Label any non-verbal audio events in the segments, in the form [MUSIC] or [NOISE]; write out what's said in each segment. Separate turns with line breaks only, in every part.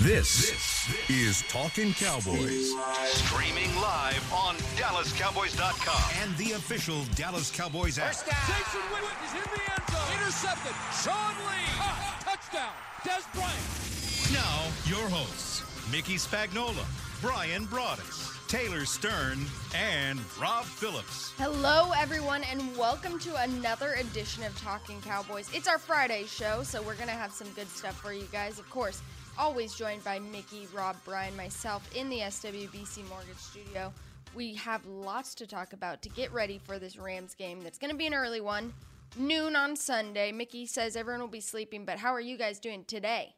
This, is Talking Cowboys
Streaming live on DallasCowboys.com.
and the official Dallas Cowboys app.
Jason Witten is in the end zone. Intercepted. Sean Lee. Touchdown. Des Bryant.
Now, your hosts, Mickey Spagnola, Brian Broaddus, Taylor Stern, and Rob Phillips.
Hello, everyone, and welcome to another edition of Talking Cowboys. It's our Friday show, so we're going to have some good stuff for you guys. Of course, always joined by Mickey, Rob, Brian, myself in the SWBC Mortgage Studio. We have lots to talk about to get ready for this Rams game that's going to be an early one, noon on Sunday. Mickey says everyone will be sleeping, but how are you guys doing today?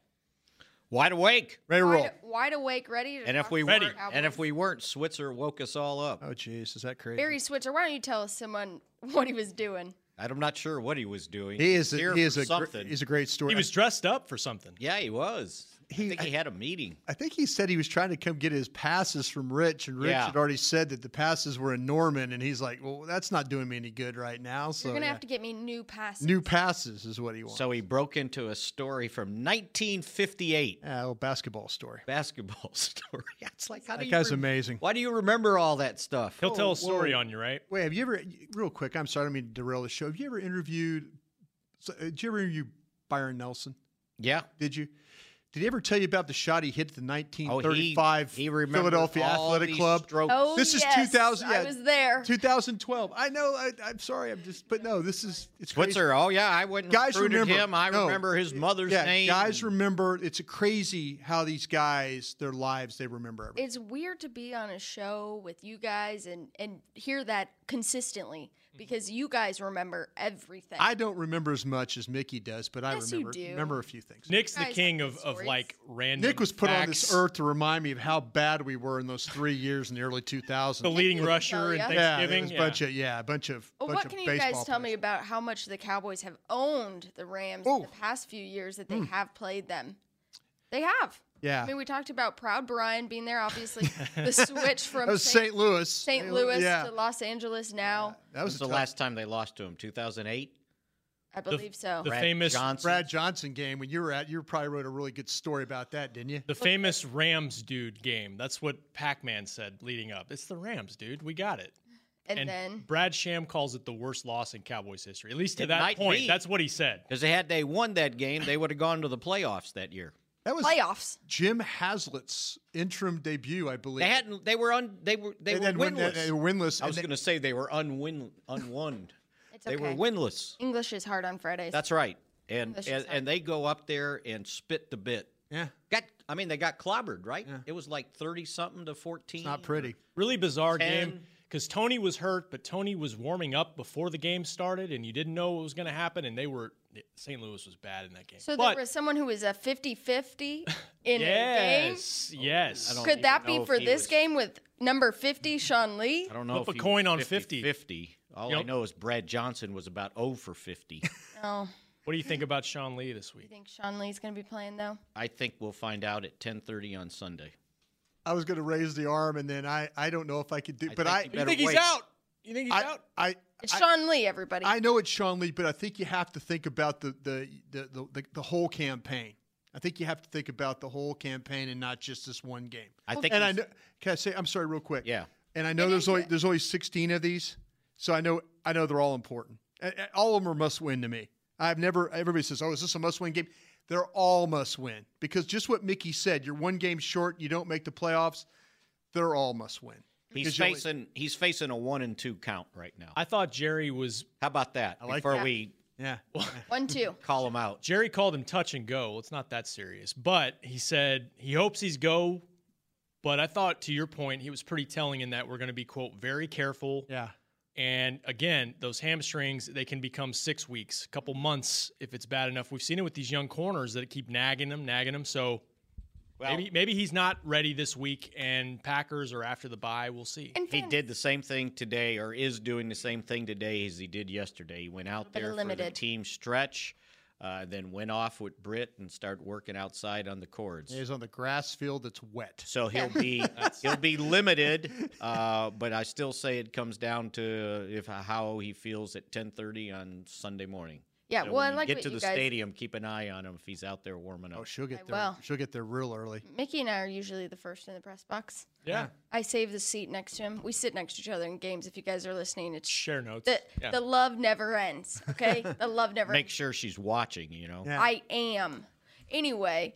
Wide awake.
Ready to roll.
Wide, wide awake, ready to
And if
talk
we
about
weren't,
Cowboys.
and if we weren't, Switzer woke us all up.
Oh, jeez, is that crazy?
Barry Switzer, why don't you tell someone [LAUGHS] what he was doing?
I'm not sure what he was doing.
he is. A,
Here
he is
for
a. Gr-
something.
he's a great story.
He was dressed up for something.
yeah, he was.
He-
I think he had a meeting.
I think he said he was trying to come get his passes from Rich, and Rich
Yeah.
had already said that the passes were in Norman, and he's like, "Well, that's not doing me any good right now." So
You're going to
yeah.
have to get me new passes.
new passes is what he wants.
So he broke into a story from 1958.
yeah, well, basketball story.
Basketball [LAUGHS] story. It's like how
That
do
guy's
you
amazing.
Why do you remember all that stuff?
He'll tell
Whoa,
a story
whoa.
on you, right?
Wait, have you ever? Real quick, I'm sorry, I don't mean to derail the show. Have you ever interviewed? so, uh, Did you ever interview Byron Nelson?
Yeah.
Did you? Did he ever tell you about the shot he hit at the
Oh,
1935
he, he remembered
Philadelphia
all
Athletic
these
Club?
strokes.
Oh,
This is
yes,
2000
I
yeah.
was there.
2012. I know. I, I'm sorry. I'm just. But no, this is. It's crazy.
Switzer. Oh yeah, I went and
Guys
recruited
remember
him. I
no.
remember his mother's
Yeah,
name.
guys remember. It's crazy how these guys, their lives, they remember everything.
it's weird to be on a show with you guys and and hear that consistently because you guys remember everything.
I don't remember as much as Mickey does, but I
Yes, you
remember
do.
remember a few things. Nick,
Nick's the
Guys have
king
good
of, of
stories.
like random.
was put on this
facts.
earth to remind me of how bad we were in those three years in the early 2000s.
The
Thanksgiving,
leading rusher in
yeah.
yeah, it
Thanksgiving.
was a bunch of yeah, a bunch of.
Well,
bunch
what
of
can you guys
baseball
tell me
players.
about how much the Cowboys have owned the Rams in the past few years that they
Mm.
have played them? They have.
Yeah.
I mean, we talked about Proud Brian being there. Obviously,
[LAUGHS]
the switch
That
from
was St. Oh, Louis.
St. Louis
Yeah,
to Los Angeles now.
that
That
was
was the last time they lost to him. 2008.
I believe so.
the
Brad
famous-
Johnson.
Brad Johnson game when you were at. You probably wrote a really good story about that, didn't you?
the famous Rams dude game. That's what Pac Man said leading up. It's the Rams, dude. We got it.
and, then
Brad Sham calls it the worst loss in Cowboys history. At least to
It
that
might
point,
be.
that's what he said.
Because had they won that game, they would have gone to the playoffs that year.
That was
playoffs.
Jim Haslett's interim debut, I believe.
They hadn't. They were un. They were. They
And
were
then when they-
winless.
they were winless,
I
and
was
they-
going to say they were unwin unwon.
[LAUGHS] It's
They were
okay.
winless.
English is hard on Fridays.
That's right. And
That's
and,
just
and they go up there and spit the bit.
yeah,
Got. I mean, they got clobbered. Right. It was like thirty something to fourteen.
not pretty.
Really bizarre game
Ten.
because Tony was hurt, but Tony was warming up before the game started, and you didn't know what was going to happen. And they were St. Louis was bad in that game.
So
but
there was someone who was a
[LAUGHS]
50-50 in
yes, yes.
a game.
don't
Could that
even know
be
if
for
he
this
was- Mm-hmm.
game with number 50 Sean Lee?
I don't know. if
Flip a
he
coin
was
on 50.
50. All I
Yep.
know is Brad Johnson was about zero for fifty.
[LAUGHS]
Oh,
What do you think about Sean Lee this
you
week?
think Sean Lee's going to be playing though?
I think we'll find out at ten thirty on Sunday.
I was going to raise the arm, and then I, I don't know if I could do.
I
but
think
I,
you better- wait.
You think he's
I, I,
It's
I,
Sean Lee, everybody.
I know it's Sean Lee, but I think you have to think about the the the the, the, the whole campaign. I think you have to think about the whole campaign and not just this one game.
I think.
and I
he's-
know. Can I say? I'm sorry, real quick.
Yeah.
And I know there's only there's only 16 of these, so I know I know they're all important. A- a- All of them are must win to me. I've never everybody says, "Oh, is this a must win game?" They're all must win because just what Mickey said, you're one game short, you don't make the playoffs. They're all must win.
He's
Because you only-
facing he's facing a one and two count right now.
I thought Jerry was.
How about that?
like
Before
that.
we
Yeah.
One,
[LAUGHS]
two.
call him out.
Jerry called him touch and go. Well, it's not that serious, but he said he hopes he's go. But I thought, to your point, he was pretty telling in that we're going to be quote very careful.
Yeah.
And again, those hamstrings they can become six weeks, couple months if it's bad enough. We've seen it with these young corners that keep nagging them, nagging them. So
Well,
maybe maybe he's not ready this week, and Packers are after the bye. We'll see.
And
he
fan-
did the same thing today, or is doing the same thing today as he did yesterday. He went out
bit
there
of
for the
limited.
team stretch, uh, then went off with Britt and started working outside on the cords.
He's on the grass field that's wet.
So he'll be he'll be limited, uh, but I still say it comes down to if how he feels at ten thirty on Sunday morning.
Yeah,
So
well,
when
I
you
like
get
what
to
you
the
guys-
stadium, keep an eye on him if he's out there warming up.
Oh, she'll
I
get there.
will.
She'll get there real early.
Mickey and I are usually the first in the press box.
Yeah.
I save the seat next to him. We sit next to each other in games. If you guys are listening, it's
Share notes.
the
yeah.
the love never ends.
[LAUGHS]
Okay, the love never.
Make
ends.
sure she's watching, you know.
Yeah.
I am. Anyway,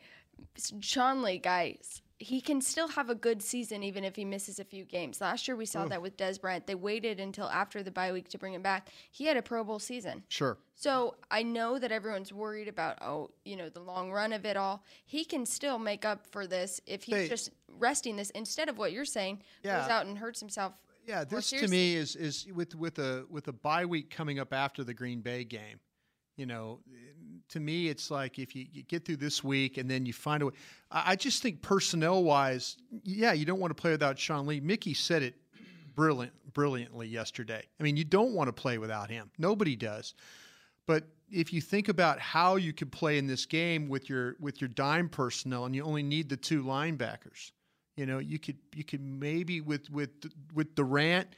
s- Sean Lee, guys, he can still have a good season even if he misses a few games. Last year we saw that with Des Bryant. They waited until after the bye week to bring him back. He had a Pro Bowl season.
Sure.
So I know that everyone's worried about, oh, you know, the long run of it all. He can still make up for this if he's
They-
just resting this instead of what you're saying, goes
Yeah.
out and hurts himself.
Yeah,
more
this to me is is with with a with a bye week coming up after the Green Bay game. You know, to me, it's like if you, you get through this week and then you find a way. I, I just think personnel wise, yeah, you don't want to play without Sean Lee. Mickey said it brilliant brilliantly yesterday. I mean, you don't want to play without him. Nobody does. But if you think about how you could play in this game with your with your dime personnel, and you only need the two linebackers, you know you could you could maybe with with with Durant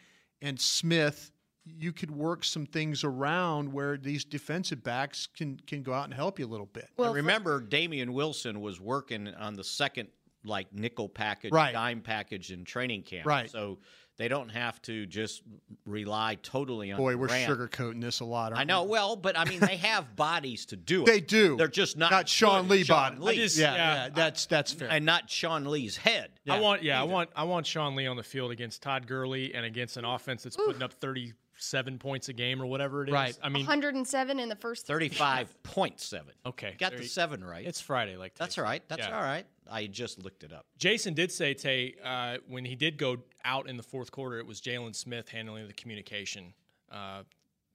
and Smith, you could work some things around where these defensive backs can can go out and help you a little bit.
And remember, Damian Wilson was working on the second like nickel package,
Right.
dime package in training camp.
Right.
So they don't have to just rely totally on.
Boy, we're
Durant.
sugarcoating this a lot. aren't
I know.
we?
Well, but I mean, they
[LAUGHS]
have bodies to do it.
They do.
They're just not
Not Sean
good
Lee
Sean
body.
Lee.
I just-
Yeah,
Yeah.
yeah, that's that's fair.
and not Sean Lee's head.
I want yeah, I want I want Sean Lee on the field against Todd Gurley and against an offense that's putting up 37 points a game or whatever it is.
Right.
I mean,
107 in the first three.
[LAUGHS]
Thirty-five point seven.
Okay,
got
there
the
you-
seven right.
it's Friday like
that's
Tyson.
all right. That's
Yeah.
all right. I just looked it up.
Jason did say Tay uh, when he did go out in the fourth quarter, it was Jalen Smith handling the communication uh,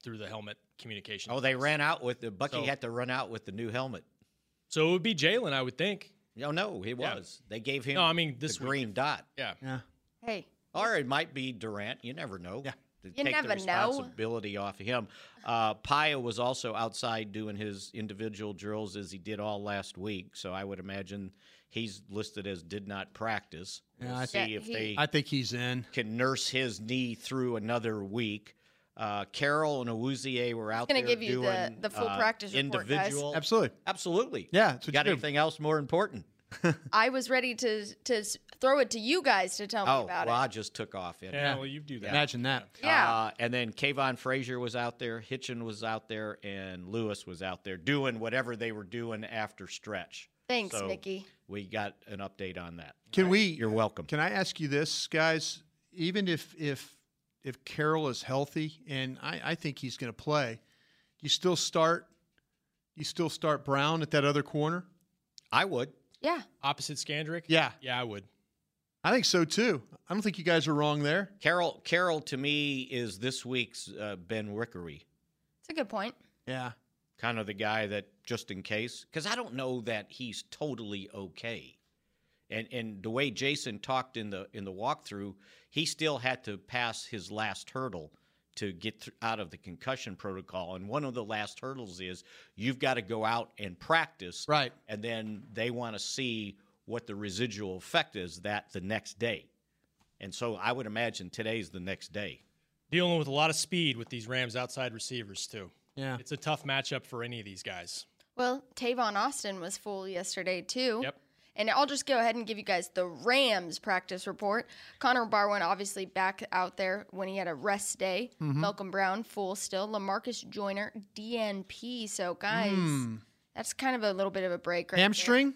through the helmet communication.
Oh, they ran out with the Bucky
So-
had to run out with the new helmet.
so it would be Jalen, I would think.
Oh no, he was. They gave him.
No, I mean, this
the
week-
green dot.
Yeah,
yeah.
Hey,
Or it might be Durant. You never know. Yeah. To
You
take
never know.
the responsibility off of him. Uh, Paya was also outside doing his individual drills as he did all last week. So I would imagine he's listed as did not practice. We'll
I
see
think-
if
Yeah,
they
he-
I think he's in.
can nurse his knee through another week. Uh, Carroll and Awuzie were out
gonna
there
give you the-
doing,
the full
uh,
practice report, guys.
individual.
Absolutely.
Absolutely.
Yeah, that's what
Got
you do.
anything else more important?
I was ready to to s- throw it to you guys to tell me
Oh,
about
well, I
it.
just took off.
yeah. Well, you do that.
Imagine that.
Yeah.
Uh, and then Kayvon Frazier was out there, Hitchin was out there, and Lewis was out there doing whatever they were doing after stretch.
Thanks,
So
Mickey.
We got an update on that.
Can we?
You're welcome.
Can I ask you this, guys? Even if if if Carroll is healthy, and I, I think he's going to play, you still start. You still start Brown at that other corner.
I would.
Yeah.
Opposite Scandrick.
Yeah,
yeah, I would.
I think so too. I don't think you guys are wrong there.
Carol, Carol to me is this week's uh, Ben Rickery,
It's a good point.
Yeah,
kind of the guy that just in case, because I don't know that he's totally okay. And and the way Jason talked in the in the walkthrough, he still had to pass his last hurdle to get thr- out of the concussion protocol. And one of the last hurdles is you've got to go out and practice,
Right.
And then they want to see what the residual effect is that the next day. And so I would imagine today's the next day.
Dealing with a lot of speed with these Rams outside receivers too.
yeah.
It's a tough matchup for any of these guys.
Well, Tavon Austin was full yesterday too.
Yep.
And I'll just go ahead and give you guys the Rams practice report. Connor Barwin obviously back out there when he had a rest day. Malcolm Brown full still. Lamarcus Joyner DNP. So guys, that's kind of a little bit of a break. Right there.
Hamstring.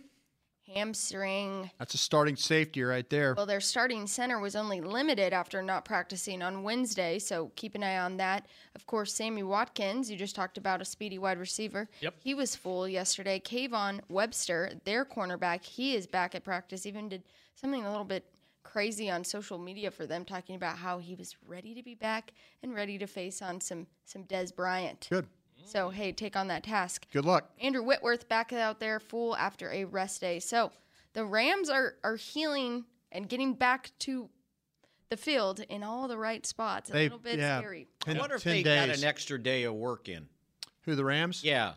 Hamstring.
That's a starting safety right there.
Well, their starting center was only limited after not practicing on Wednesday, so keep an eye on that. Of course, Sammy Watkins, you just talked about a speedy wide receiver.
Yep.
He was full yesterday. Kayvon Webster, their cornerback, he is back at practice. Even did something a little bit crazy on social media for them, talking about how he was ready to be back and ready to face on some some Des Bryant.
Good.
So hey, take on that task.
Good luck.
Andrew Whitworth back out there full after a rest day. So the Rams are are healing and getting back to the field in all the right spots. A
They-
little bit
yeah.
scary.
I
Ten,
wonder if
ten
they
days.
got an extra day of work in.
Who the Rams?
Yeah.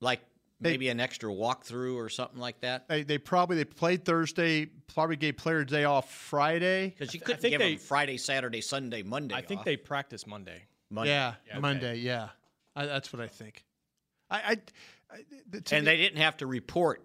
Like
They-
maybe an extra walkthrough or something like that.
They, they probably they played Thursday. Probably gave player day off Friday.
Because you
I
couldn't
think
give
they-
them Friday, Saturday, Sunday, Monday.
I think
off.
they practice Monday.
Monday.
Yeah, Monday. Yeah. I, that's what I think. I, I, I the, to
and
me-
they didn't have to report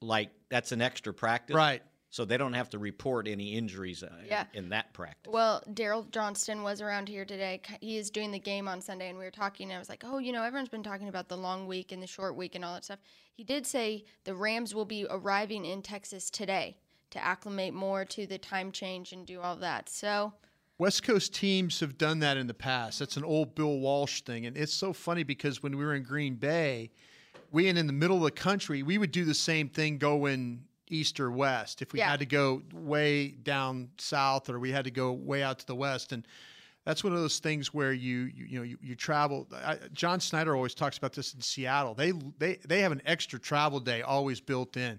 like that's an extra practice,
Right.
So they don't have to report any injuries uh,
Yeah.
in that practice.
Well, Daryl Johnston was around here today. K- He is doing the game on Sunday, and we were talking, and I was like, oh, you know, everyone's been talking about the long week and the short week and all that stuff. He did say the Rams will be arriving in Texas today to acclimate more to the time change and do all that. So,
West Coast teams have done that in the past. That's an old Bill Walsh thing. And it's so funny because when we were in Green Bay, we and in the middle of the country, we would do the same thing going east or west if we
Yeah.
had to go way down south or we had to go way out to the west. And that's one of those things where you you, you know you, you travel. I, John Snyder always talks about this in Seattle. They they they have an extra travel day always built in.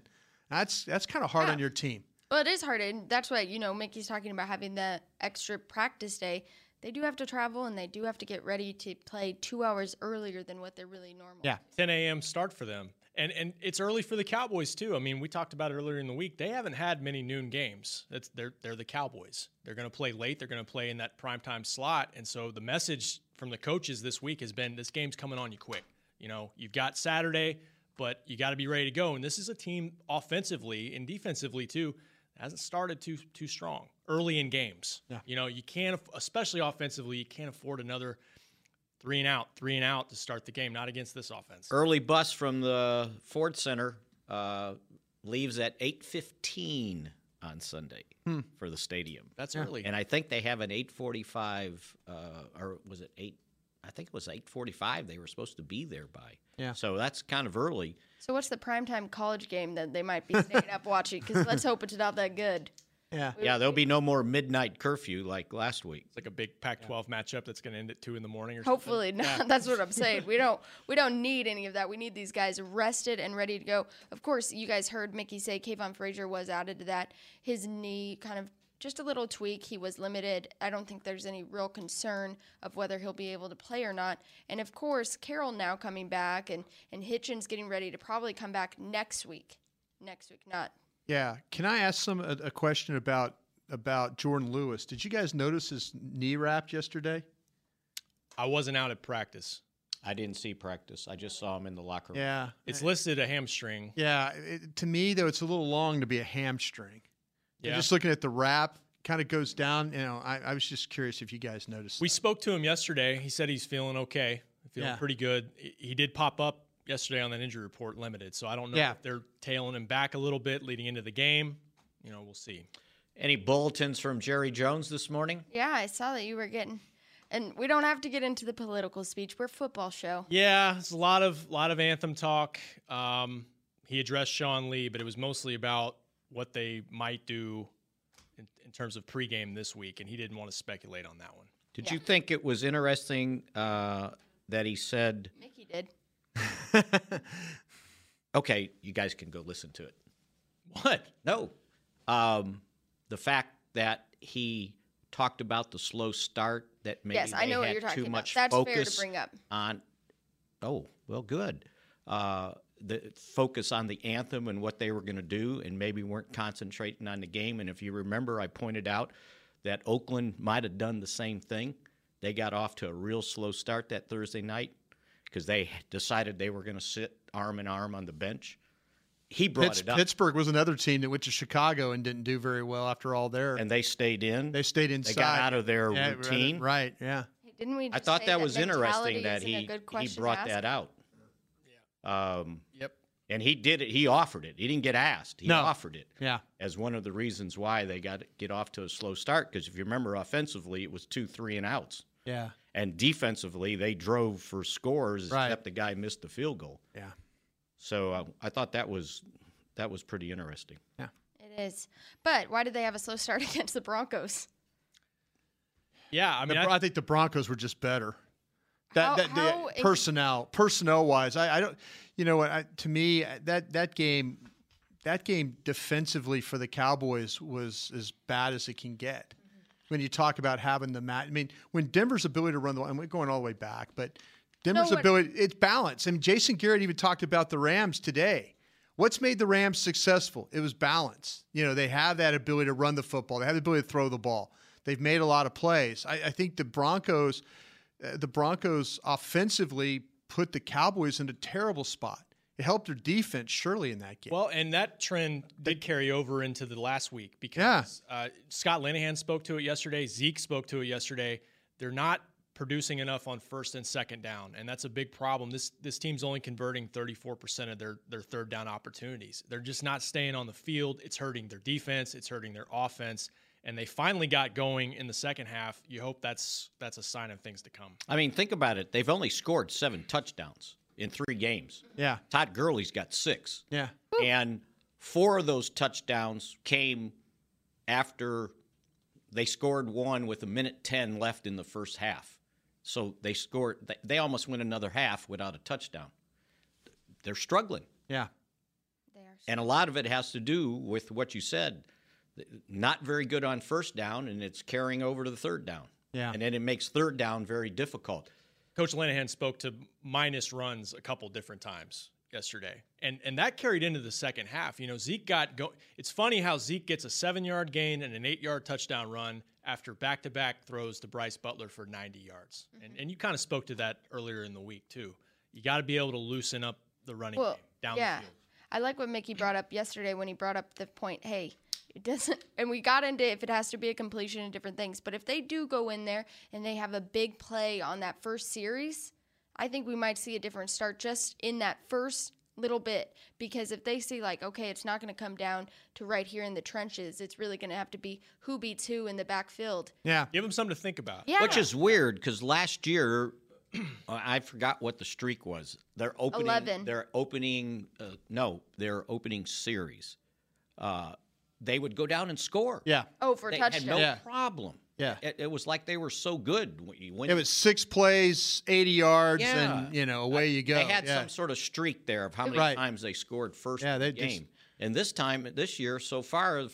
That's that's kind of hard on your team.
well, it is hard. And that's what, you know, Mickey's talking about having the extra practice day. They do have to travel and they do have to get ready to play two hours earlier than what they're really normal.
Yeah.
10 a.m. start for them. And and it's early for the Cowboys too. I mean, we talked about it earlier in the week. They haven't had many noon games. That's they're they're the Cowboys. They're going to play late. They're going to play in that primetime slot. And so the message from the coaches this week has been this game's coming on you quick. You know, you've got Saturday, but you got to be ready to go. And this is a team offensively and defensively too that hasn't started too too strong early in games. You know, you can't aff- especially offensively, you can't afford another three and out, three and out to start the game. Not against this offense.
Early bus from the Ford Center uh, leaves at eight fifteen on Sunday
Hmm.
for the stadium.
That's early.
And I think they have an 845, uh, or was it 8? I think it was 845 they were supposed to be there by. Yeah. So that's kind of early.
So, what's the primetime college game that they might be staying up watching? Because let's hope it's not that good.
Yeah, there'll be no more midnight curfew like last week.
it's like a big Pac-12 matchup that's going to end at two in the morning or
Hopefully not. [LAUGHS] That's
[LAUGHS]
what I'm saying. We don't we don't need any of that. We need these guys rested and ready to go. Of course, you guys heard Mickey say Kayvon Frazier was added to that. His knee kind of just a little tweak. He was limited. I don't think there's any real concern of whether he'll be able to play or not. And of course, Carroll now coming back and and Hitchens getting ready to probably come back next week. Next week, not
Yeah. Can I ask some a, a question about about Jordan Lewis? Did you guys notice his knee wrap yesterday?
something. I wasn't out at practice.
I didn't see practice. I just saw him in the locker room.
Yeah.
It's listed a hamstring.
Yeah. It, to me though, it's a little long to be a hamstring.
Yeah.
Just looking at the wrap, kind of goes down. You know, I, I was just curious if you guys noticed.
We
that.
spoke to him yesterday. He said he's feeling okay, feeling
Yeah.
pretty good. He- He did pop up yesterday on that injury report limited, so I don't know
Yeah.
if they're tailing him back a little bit leading into the game. You know, we'll see.
Any bulletins from Jerry Jones this morning?
Yeah, I saw that you were getting and we don't have to get into the political speech. We're a football show.
Yeah, it's a lot of lot of anthem talk. Um, he addressed Sean Lee, but it was mostly about what they might do in, in terms of pregame this week, and he didn't want to speculate on that one.
Did you think it was interesting uh, that he said,
Mickey did.
okay, you guys can go listen to it?
What?
No. Um, the fact that he talked about the slow start that maybe
Yes, I
they
know what
had
you're talking
too
about.
much
That's fair to
focus
bring up.
on. Oh well, good. Uh, the focus on the anthem and what they were going to do, and maybe weren't concentrating on the game. And if you remember, I pointed out that Oakland might have done the same thing. They got off to a real slow start that Thursday night because they decided they were going to sit arm in arm on the bench. He brought
Pitts-
it up.
Pittsburgh was another team that went to Chicago and didn't do very well after all their.
and they stayed in.
they stayed
They
inside.
got out of their
Yeah, right-
routine.
Right. Yeah.
Didn't we?
I
just
thought
say
that was
mentality
interesting that
isn't a
he
good
he
question to
brought
ask?
that out. Um,
Yep.
and he did it. He offered it. He didn't get asked. He
No.
offered it
Yeah.
as one of the reasons why they got get off to a slow start. Because if you remember, offensively it was two three and outs,
Yeah.
and defensively they drove for scores
Right.
except the guy missed the field goal.
Yeah.
So uh, I thought that was that was pretty interesting.
It is, but why did they have a slow start [LAUGHS] against the Broncos?
Yeah, I
The
mean,
Bro-
I,
I think the Broncos were just better. That,
How-
that the
how ex-
personnel personnel wise, I, I don't. You know what? I, to me, that that game, that game defensively for the Cowboys was as bad as it can get.
Mm-hmm.
When you talk about having the mat, I mean, when Denver's ability to run the, and we're going all the way back, but Denver's
No, what-
ability, it's balance. And Jason Garrett even talked about the Rams today. What's made the Rams successful? It was balance. You know, they have that ability to run the football. They have the ability to throw the ball. They've made a lot of plays. I, I think the Broncos uh, the Broncos offensively put the Cowboys in a terrible spot. It helped their defense surely in that game.
Well, and that trend did carry over into the last week because uh, Scott Linehan spoke to it yesterday. Zeke spoke to it yesterday. They're not producing enough on first and second down, and that's a big problem. This this team's only converting 34% of their their third down opportunities. They're just not staying on the field. It's hurting their defense. It's hurting their offense. And they finally got going in the second half. You hope that's that's a sign of things to come.
I mean, think about it. They've only scored seven touchdowns in three games.
yeah,
Todd Gurley's got six.
yeah,
And four of those touchdowns came after they scored one with a minute 10 left in the first half. So they scored, they- they almost went another half without a touchdown. They're struggling.
yeah.
They are
And a lot of it has to do with what you said not very good on first down, and it's carrying over to the third down.
Yeah.
And then it makes third down very difficult.
Coach Linehan spoke to minus runs a couple different times yesterday, and and that carried into the second half. You know, Zeke got go. It's funny how Zeke gets a seven yard gain and an eight yard touchdown run after back to back throws to Bryce Butler for ninety yards,
Mm-hmm.
and and you kind of spoke to that earlier in the week too. You got to be able to loosen up the running
Well,
game down
yeah.
the field.
I like what Mickey brought up yesterday when he brought up the point, hey, it doesn't [LAUGHS] and we got into if it has to be a completion and different things, but if they do go in there and they have a big play on that first series, I think we might see a different start just in that first little bit because if they see like okay it's not going to come down to right here in the trenches it's really going to have to be who beats who in the backfield
Yeah.
Give them something to think about.
yeah
Which is weird because last year, [CLEARS THROAT] I forgot what the streak was. They're opening.
11.
They're opening. Uh, no, they're opening series. Uh, they would go down and score.
Yeah.
oh for
they
touchdown
had no
Yeah.
problem.
Yeah.
it, it was like they were so good. When you went,
It was six plays, 80 yards,
Yeah. Uh,
and, you know, away you go.
They had
yeah.
some sort of streak there of how many
Right.
times they scored first
Yeah, they
game.
just-
and this time, this year so far, it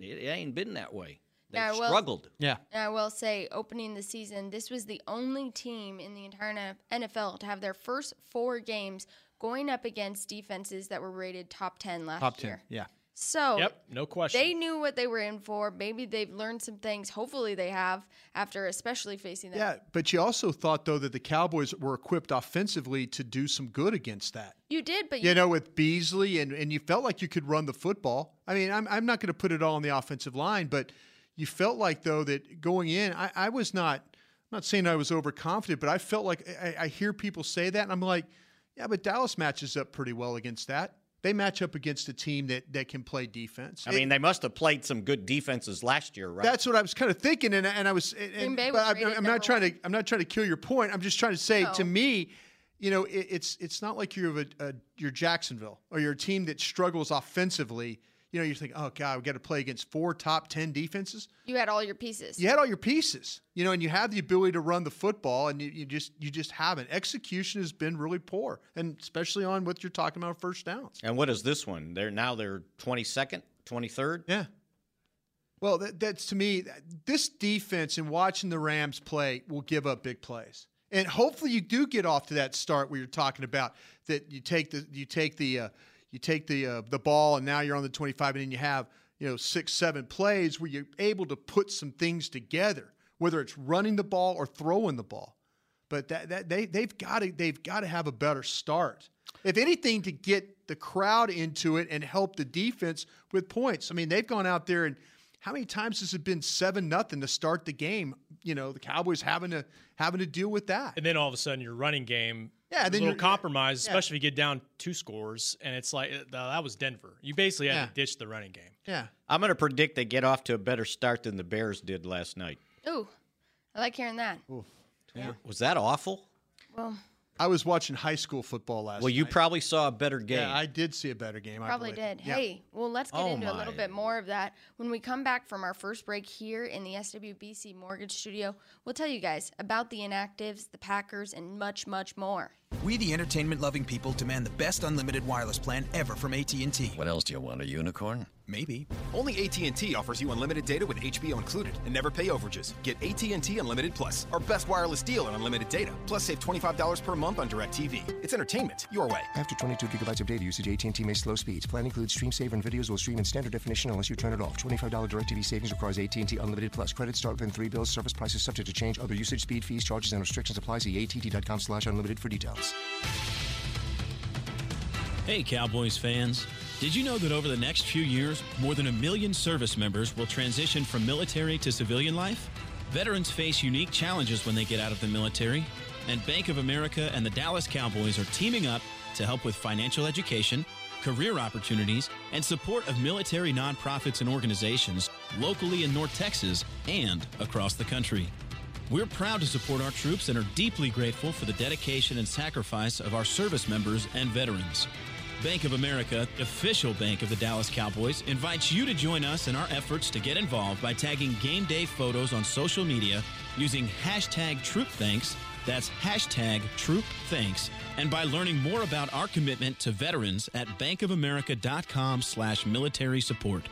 it ain't been that way. They
Now,
have
I will-
struggled.
yeah.
And I will say, opening the season, this was the only team in the entire N- NFL to have their first four games going up against defenses that were rated top 10 last
Top 10.
year.
Yeah.
So
Yep, no question.
they knew what they were in for. Maybe they've learned some things. Hopefully they have after especially facing that.
Yeah. But you also thought, though, that the Cowboys were equipped offensively to do some good against that.
You did, but you,
You know, with Beasley, and, and you felt like you could run the football. I mean, I'm, I'm not going to put it all on the offensive line, but you felt like, though, that going in, I, I was not, I'm not saying I was overconfident, but I felt like I, I hear people say that, and I'm like, yeah, but Dallas matches up pretty well against that. They match up against a team that, that can play defense.
I mean, they must have played some good defenses last year, right?
That's what I was kind of thinking, and, and I was. And, and-
Bay
but
was
I'm,
rated
I'm
number
not trying
one.
to. I'm not trying to kill your point. I'm just trying to say
No.
to me, you know, it, it's it's not like you're a, a you're Jacksonville or you're a team that struggles offensively. You know, you think, oh god, we got to play against four top ten defenses.
you had all your pieces.
You had all your pieces, you know, and you have the ability to run the football, and you, you just you just haven't. Execution has been really poor, and especially on what you're talking about first downs.
And what is this one? They're now they're twenty second, twenty third.
Yeah. Well, that, that's to me, that- this defense and watching the Rams play will give up big plays. And hopefully you do get off to that start where you're talking about that you take the you take the uh, you take the uh, the ball and now you're on the 25 and then you have you know six seven plays where you're able to put some things together whether it's running the ball or throwing the ball. But that, that they they've got to they've got to have a better start. If anything, to get the crowd into it and help the defense with points. I mean, they've gone out there and how many times has it been seven nothing to start the game? You know, the Cowboys having to having to deal with that.
And then all of a sudden, your running game
Yeah, then
is a little
you're-
compromised,
yeah.
especially if you get down two scores. And it's like, uh, that was Denver. You basically had
Yeah.
to ditch the running game.
Yeah,
I'm going to predict they get off to a better start than the Bears did last night.
Ooh, I like hearing that.
Was that awful?
Well,
I was watching high school football last.
Well, you
night.
probably saw a better game.
yeah, I did see a better game.
Probably
I believe.
did.
Yeah.
Hey, well, let's get
Oh
into a little
my.
bit more of that when we come back from our first break here in the SWBC Mortgage Studio. We'll tell you guys about the inactives, the Packers, and much, much more.
We, the entertainment-loving people, demand the best unlimited wireless plan ever from AT&T.
What else do you want? A unicorn?
Maybe.
Only AT&T offers you unlimited data with HBO included and never pay overages. Get AT&T Unlimited Plus, our best wireless deal on unlimited data. Plus save $25 per month on DirecTV. It's entertainment your way.
After 22 gigabytes of data usage, AT&T may slow speeds. Plan includes stream saver and videos will stream in standard definition unless you turn it off. $25 DirecTV savings requires AT&T Unlimited Plus. Credits start within three bills. Service prices subject to change. Other usage, speed, fees, charges, and restrictions apply. See att.com slash unlimited for details.
Hey, Cowboys fans. Did you know that over the next few years, more than a million service members will transition from military to civilian life? Veterans face unique challenges when they get out of the military, and Bank of America and the Dallas Cowboys are teaming up to help with financial education, career opportunities, and support of military nonprofits and organizations locally in North Texas and across the country. We're proud to support our troops and are deeply grateful for the dedication and sacrifice of our service members and veterans. Bank of America, official bank of the Dallas Cowboys, invites you to join us in our efforts to get involved by tagging game day photos on social media using hashtag TroopThanks. That's hashtag TroopThanks. And by learning more about our commitment to veterans at bankofamerica.com slash military support.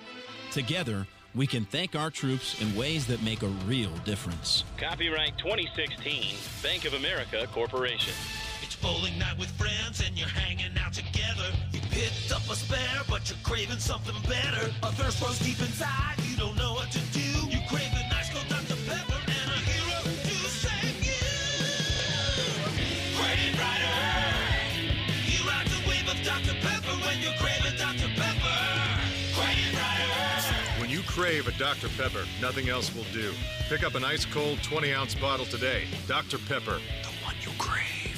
Together, we can thank our troops in ways that make a real difference.
Copyright 2016, Bank of America Corporation.
It's bowling night with friends and you're hanging out together. You picked up a spare, but you're craving something better. A thirst runs deep inside, you don't know what to do. You crave a nice cold Dr. Pepper and a hero to save you. Crane Rider! You ride the wave of Dr. Pepper when you're craving Dr. Pepper. Crane Rider!
When you crave a Dr. Pepper, nothing else will do. Pick up an ice cold 20 ounce bottle today. Dr. Pepper, the one you crave.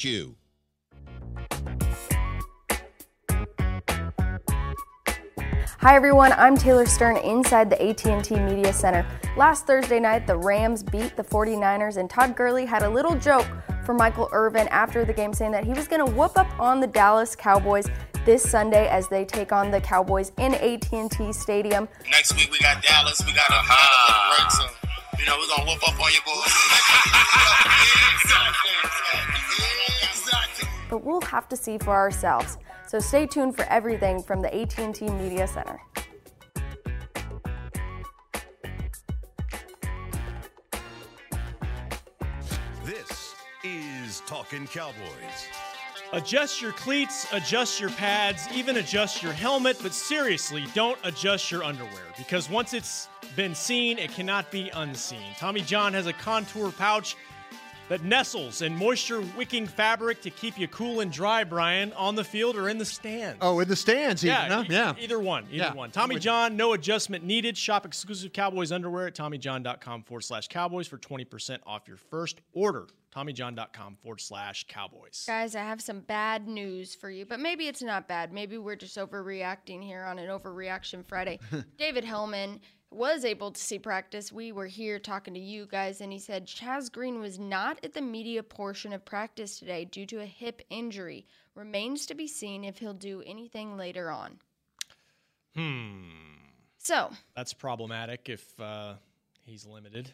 you.
Hi everyone, I'm Taylor Stern inside the AT&T Media Center. Last Thursday night, the Rams beat the 49ers and Todd Gurley had a little joke for Michael Irvin after the game saying that he was going to whoop up on the Dallas Cowboys this Sunday as they take on the Cowboys in AT&T Stadium.
Next week we got Dallas, we got a high break, so you know we're gonna whoop up on your [LAUGHS] boys. exactly. Exactly.
But we'll have to see for ourselves. So stay tuned for everything from the AT&T Media Center.
This is Talking Cowboys.
Adjust your cleats, adjust your pads, even adjust your helmet, but seriously, don't adjust your underwear because once it's been seen, it cannot be unseen. Tommy John has a contour pouch that nestles in moisture wicking fabric to keep you cool and dry, Brian, on the field or in the stands.
Oh, in the stands, even,
yeah,
huh?
e-
Yeah.
Either one, either
Yeah.
one. Tommy
Would-
John, no adjustment needed. Shop exclusive Cowboys underwear at TommyJohn.com forward slash Cowboys for 20% off your first order. TommyJohn.com forward slash Cowboys.
Guys, I have some bad news for you, but maybe it's not bad. Maybe we're just overreacting here on an overreaction Friday. David Hellman was able to see practice. We were here talking to you guys, and he said Chaz Green was not at the media portion of practice today due to a hip injury. Remains to be seen if he'll do anything later on.
Hmm.
So,
That's problematic if uh, he's limited.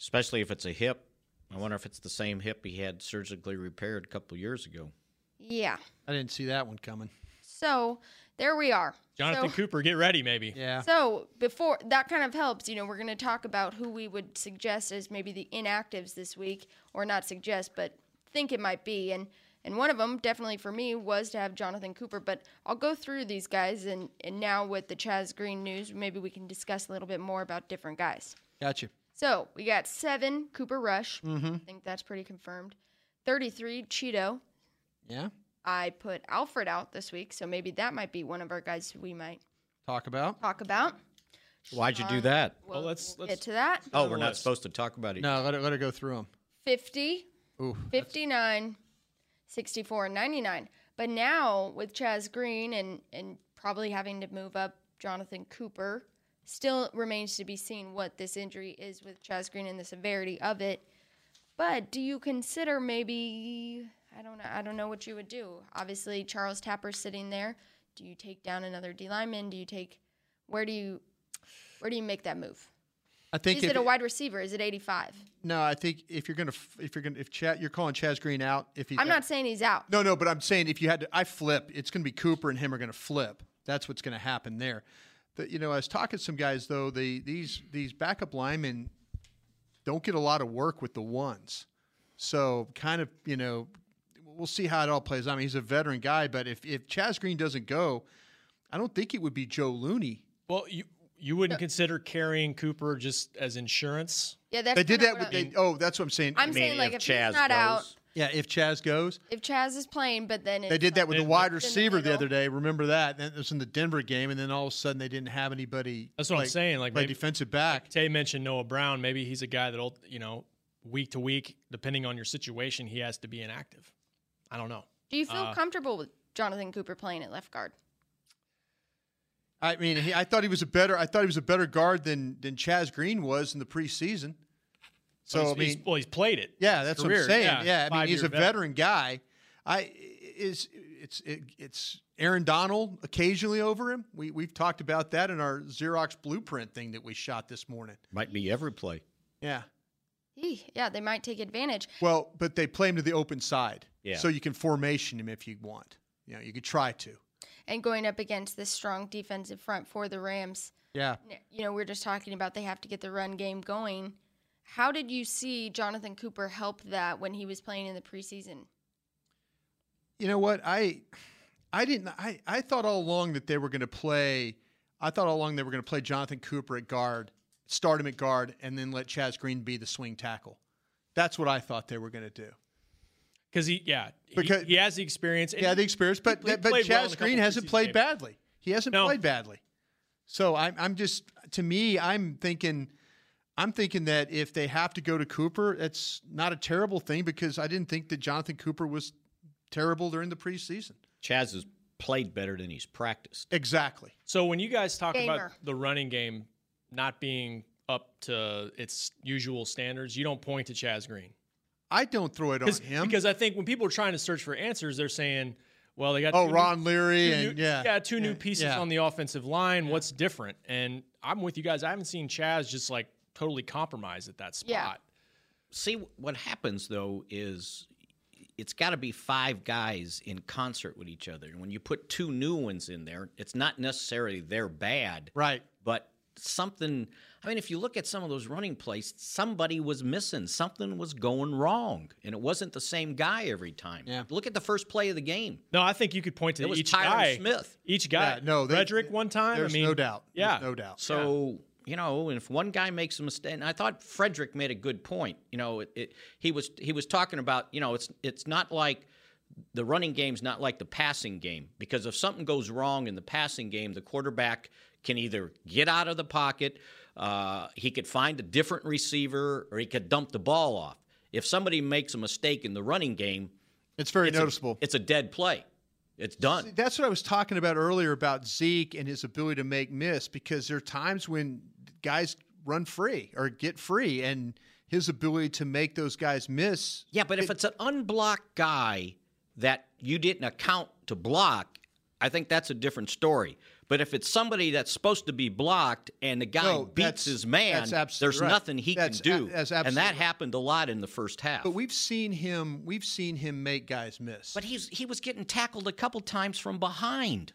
especially if it's a hip. I wonder if it's the same hip he had surgically repaired a couple years ago.
yeah.
I didn't see that one coming.
So, there we are.
Jonathan
So-
Cooper, get ready, maybe.
Yeah.
So before that kind of helps, you know, we're going to talk about who we would suggest as maybe the inactives this week, or not suggest, but think it might be. And and one of them definitely for me was to have Jonathan Cooper. But I'll go through these guys, and and now with the Chaz Green news, maybe we can discuss a little bit more about different guys.
Gotcha.
So we got seven Cooper Rush.
Mhm.
I think that's pretty confirmed. Thirty-three Cheeto.
Yeah.
I put Alfred out this week, so maybe that might be one of our guys we might
Talk about.
talk about.
Why'd you do
Sean
that?
Well,
let's-
let's,
let's-
get to that.
Oh, we're
the
not
list.
supposed to talk about it.
No, let her, let her go through them.
50,
Ooh.
59, 64 and 99. But now with Chaz Green and, and probably having to move up Jonathan Cooper, still remains to be seen what this injury is with Chaz Green and the severity of it. But do you consider maybe I don't know I don't know what you would do. Obviously Charles Tapper's sitting there. Do you take down another D lineman? Do you take where do you where do you make that move?
I think
is
if-
it a wide receiver? Is it 85?
No, I think if you're gonna f- if you're gonna if Chad you're calling Chaz Green out if he
I'm not saying he's out.
No, no, but I'm saying if you had to, I flip. It's going to be Cooper and him are going to flip. That's what's going to happen there. But, you know, I was talking to some guys though. They these these backup linemen don't get a lot of work with the ones, so kind of you know we'll see how it all plays. out. I mean, he's a veteran guy, but if if Chaz Green doesn't go, I don't think it would be Joe Looney.
Well, you you wouldn't consider carrying Cooper just as insurance?
Yeah, that's
they did
kinda
that.
what
With, they, oh, that's what I'm saying.
I'm I mean, saying, like, if if he's Chaz not out- goes-
yeah, if Chaz goes,
If Chaz is playing, but then
They
it's
did that with the
it's in
wide
the
receiver the,
middle.
other day. Remember that? That was in the Denver game, and then all of a sudden they didn't have anybody.
That's what I'm
like,
saying. Like
play
maybe-
defensive back.
Tay mentioned Noah Brown. Maybe he's a guy that'll you know week to week, depending on your situation, he has to be inactive. I don't know.
Do you feel
Uh,
comfortable with Jonathan Cooper playing at left guard?
I mean, he, I thought he was a better. I thought he was a better guard than than Chaz Green was in the preseason. So
he's-
I mean,
he's- well, he's played it.
Yeah,
His
that's what
career,
I'm saying.
yeah,
Yeah, I mean, he's
five-year
a veteran guy. I is it's it, it's Aaron Donald occasionally over him. We we've talked about that in our Xerox blueprint thing that we shot this morning.
Might be every play.
Yeah.
Eeh, yeah, they might take advantage.
Well, but they play him to the open side.
Yeah.
So you can formation him if you want. You know, you could try to.
And going up against this strong defensive front for the Rams,
Yeah.
n- you know, we are just talking about they have to get the run game going. How did you see Jonathan Cooper help that when he was playing in the preseason?
You know what? I I didn't I, I thought all along that they were gonna play I thought all along they were gonna play Jonathan Cooper at guard, start him at guard, and then let Chaz Green be the swing tackle. That's what I thought they were gonna do.
Because he, yeah, he-
Because-
he, has the experience. and
yeah, the experience, but
he
that- but
played
Chaz
well in a couple
Green hasn't
preseason
played
games.
badly. He hasn't played badly. So I'm I'm just to me I'm thinking I'm thinking that if they have to go to Cooper, that's not a terrible thing because I didn't think that Jonathan Cooper was terrible during the preseason.
Chaz has played better than he's practiced.
Exactly.
So when you guys talk about
Gamer.
the running game not being up to its usual standards, you don't point to Chaz Green.
I don't throw it on
Because-
him.
Because I think when people are trying to search for answers, they're saying, well, they got
Oh,
two
Ron Leary
two
and-
new-
yeah.
two
Yeah,
new pieces
yeah.
on the offensive line. What's different? And I'm with you guys. I haven't seen Chaz just like totally compromised at that spot.
Yeah.
See what happens though is it's got to be five guys in concert with each other, and when you put two new ones in there, it's not necessarily they're bad,
right?
But something. I mean, if you look at some of those running plays, somebody was missing, something was going wrong, and it wasn't the same guy every time. Yeah. Look at the first play of the game.
No, I think you could point to
It was
each
Tyron
guy.
Smith.
Each guy.
Yeah, no, they-
Frederick one time.
there's
I mean,
no doubt.
Yeah.
no doubt. So you know, and if one guy makes a mistake, and I thought Frederick made a good point. You know, it, it, he was he was talking about you know it's it's not like the running game's not like the passing game because if something goes wrong in the passing game, the quarterback can either get out of the pocket, uh, he could find a different receiver, or he could dump the ball off. If somebody makes a mistake in the running game,
it's very
noticeable. it's a dead play. It's done.
See, that's what I was talking about earlier about Zeke and his ability to make miss because there are times when guys run free or get free and his ability to make those guys miss.
Yeah, but if it's an unblocked guy that you didn't account to block, I think that's a different story. But if it's somebody that's supposed to be blocked and the guy
No, that's-
beats his man,
that's absolutely
there's
right.
nothing he
That's a-
can do.
that's
and
absolutely
that happened a lot in the first half.
But we've seen him we've seen him make guys miss.
But he's he was getting tackled a couple times from behind.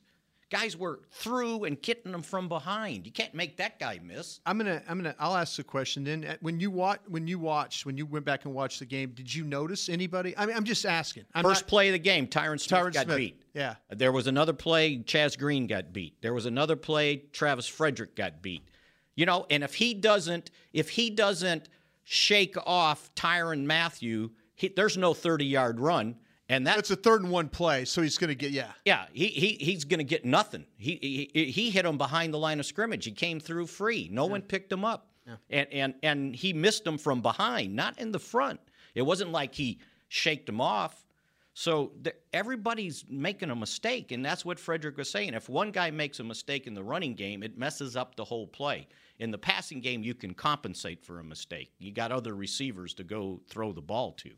Guys were through and getting them from behind. You can't make that guy miss.
I'm gonna I'm gonna I'll ask the question then. Uh, When you watch when you watched when you went back and watched the game, did you notice anybody? I mean, I'm just asking. I'm
First
not-
play of the game, Tyron Smith
Tyron
got
Smith.
beat.
Yeah.
There was another play, Chaz Green got beat. There was another play, Travis Frederick got beat. You know, and if he doesn't, if he doesn't shake off Tyron Matthew, he, there's no 30 yard run. And that,
it's a third and one play, so he's gonna get yeah.
yeah, he, he he's going to get nothing. He, he he hit him behind the line of scrimmage. He came through free. No one picked him up,
Yeah.
and and and he missed him from behind, not in the front. It wasn't like he shaked him off. So th- everybody's making a mistake, and that's what Frederick was saying. If one guy makes a mistake in the running game, it messes up the whole play. In the passing game, you can compensate for a mistake. You got other receivers to go throw the ball to.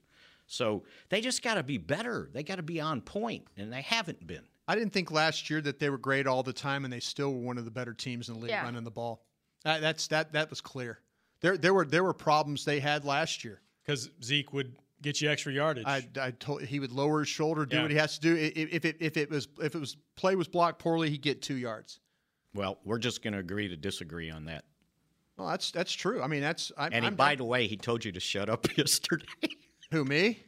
So they just got to be better. They got to be on point, and they haven't been.
I didn't think last year that they were great all the time, and they still were one of the better teams in the league
Yeah.
running the ball. That, that's that that was clear. There there were there were problems they had last year.
because Zeke would get you extra yardage.
I, I told he would lower his shoulder, do
Yeah.
what he has to do. I- i- If it if it was if it was play was blocked poorly, he'd get two yards.
Well, we're just going to agree to disagree on that.
Well, that's that's true. I mean, that's I,
And he,
I'm,
by the way, he told you to shut up [LAUGHS] yesterday.
Who me?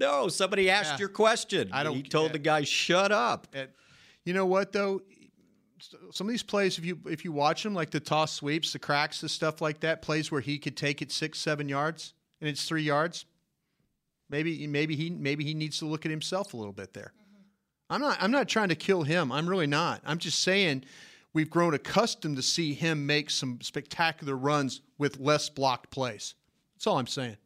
No, somebody asked
Yeah.
your question. I don't. He told the guy, "Shut up."
It- you know what though? S- Some of these plays, if you if you watch them, like the toss sweeps, the cracks, the stuff like that, plays where he could take it six, seven yards, and it's three yards. Maybe maybe he maybe he needs to look at himself a little bit there.
Mm-hmm.
I'm not I'm not trying to kill him. I'm really not. I'm just saying we've grown accustomed to see him make some spectacular runs with less blocked plays. That's all I'm saying.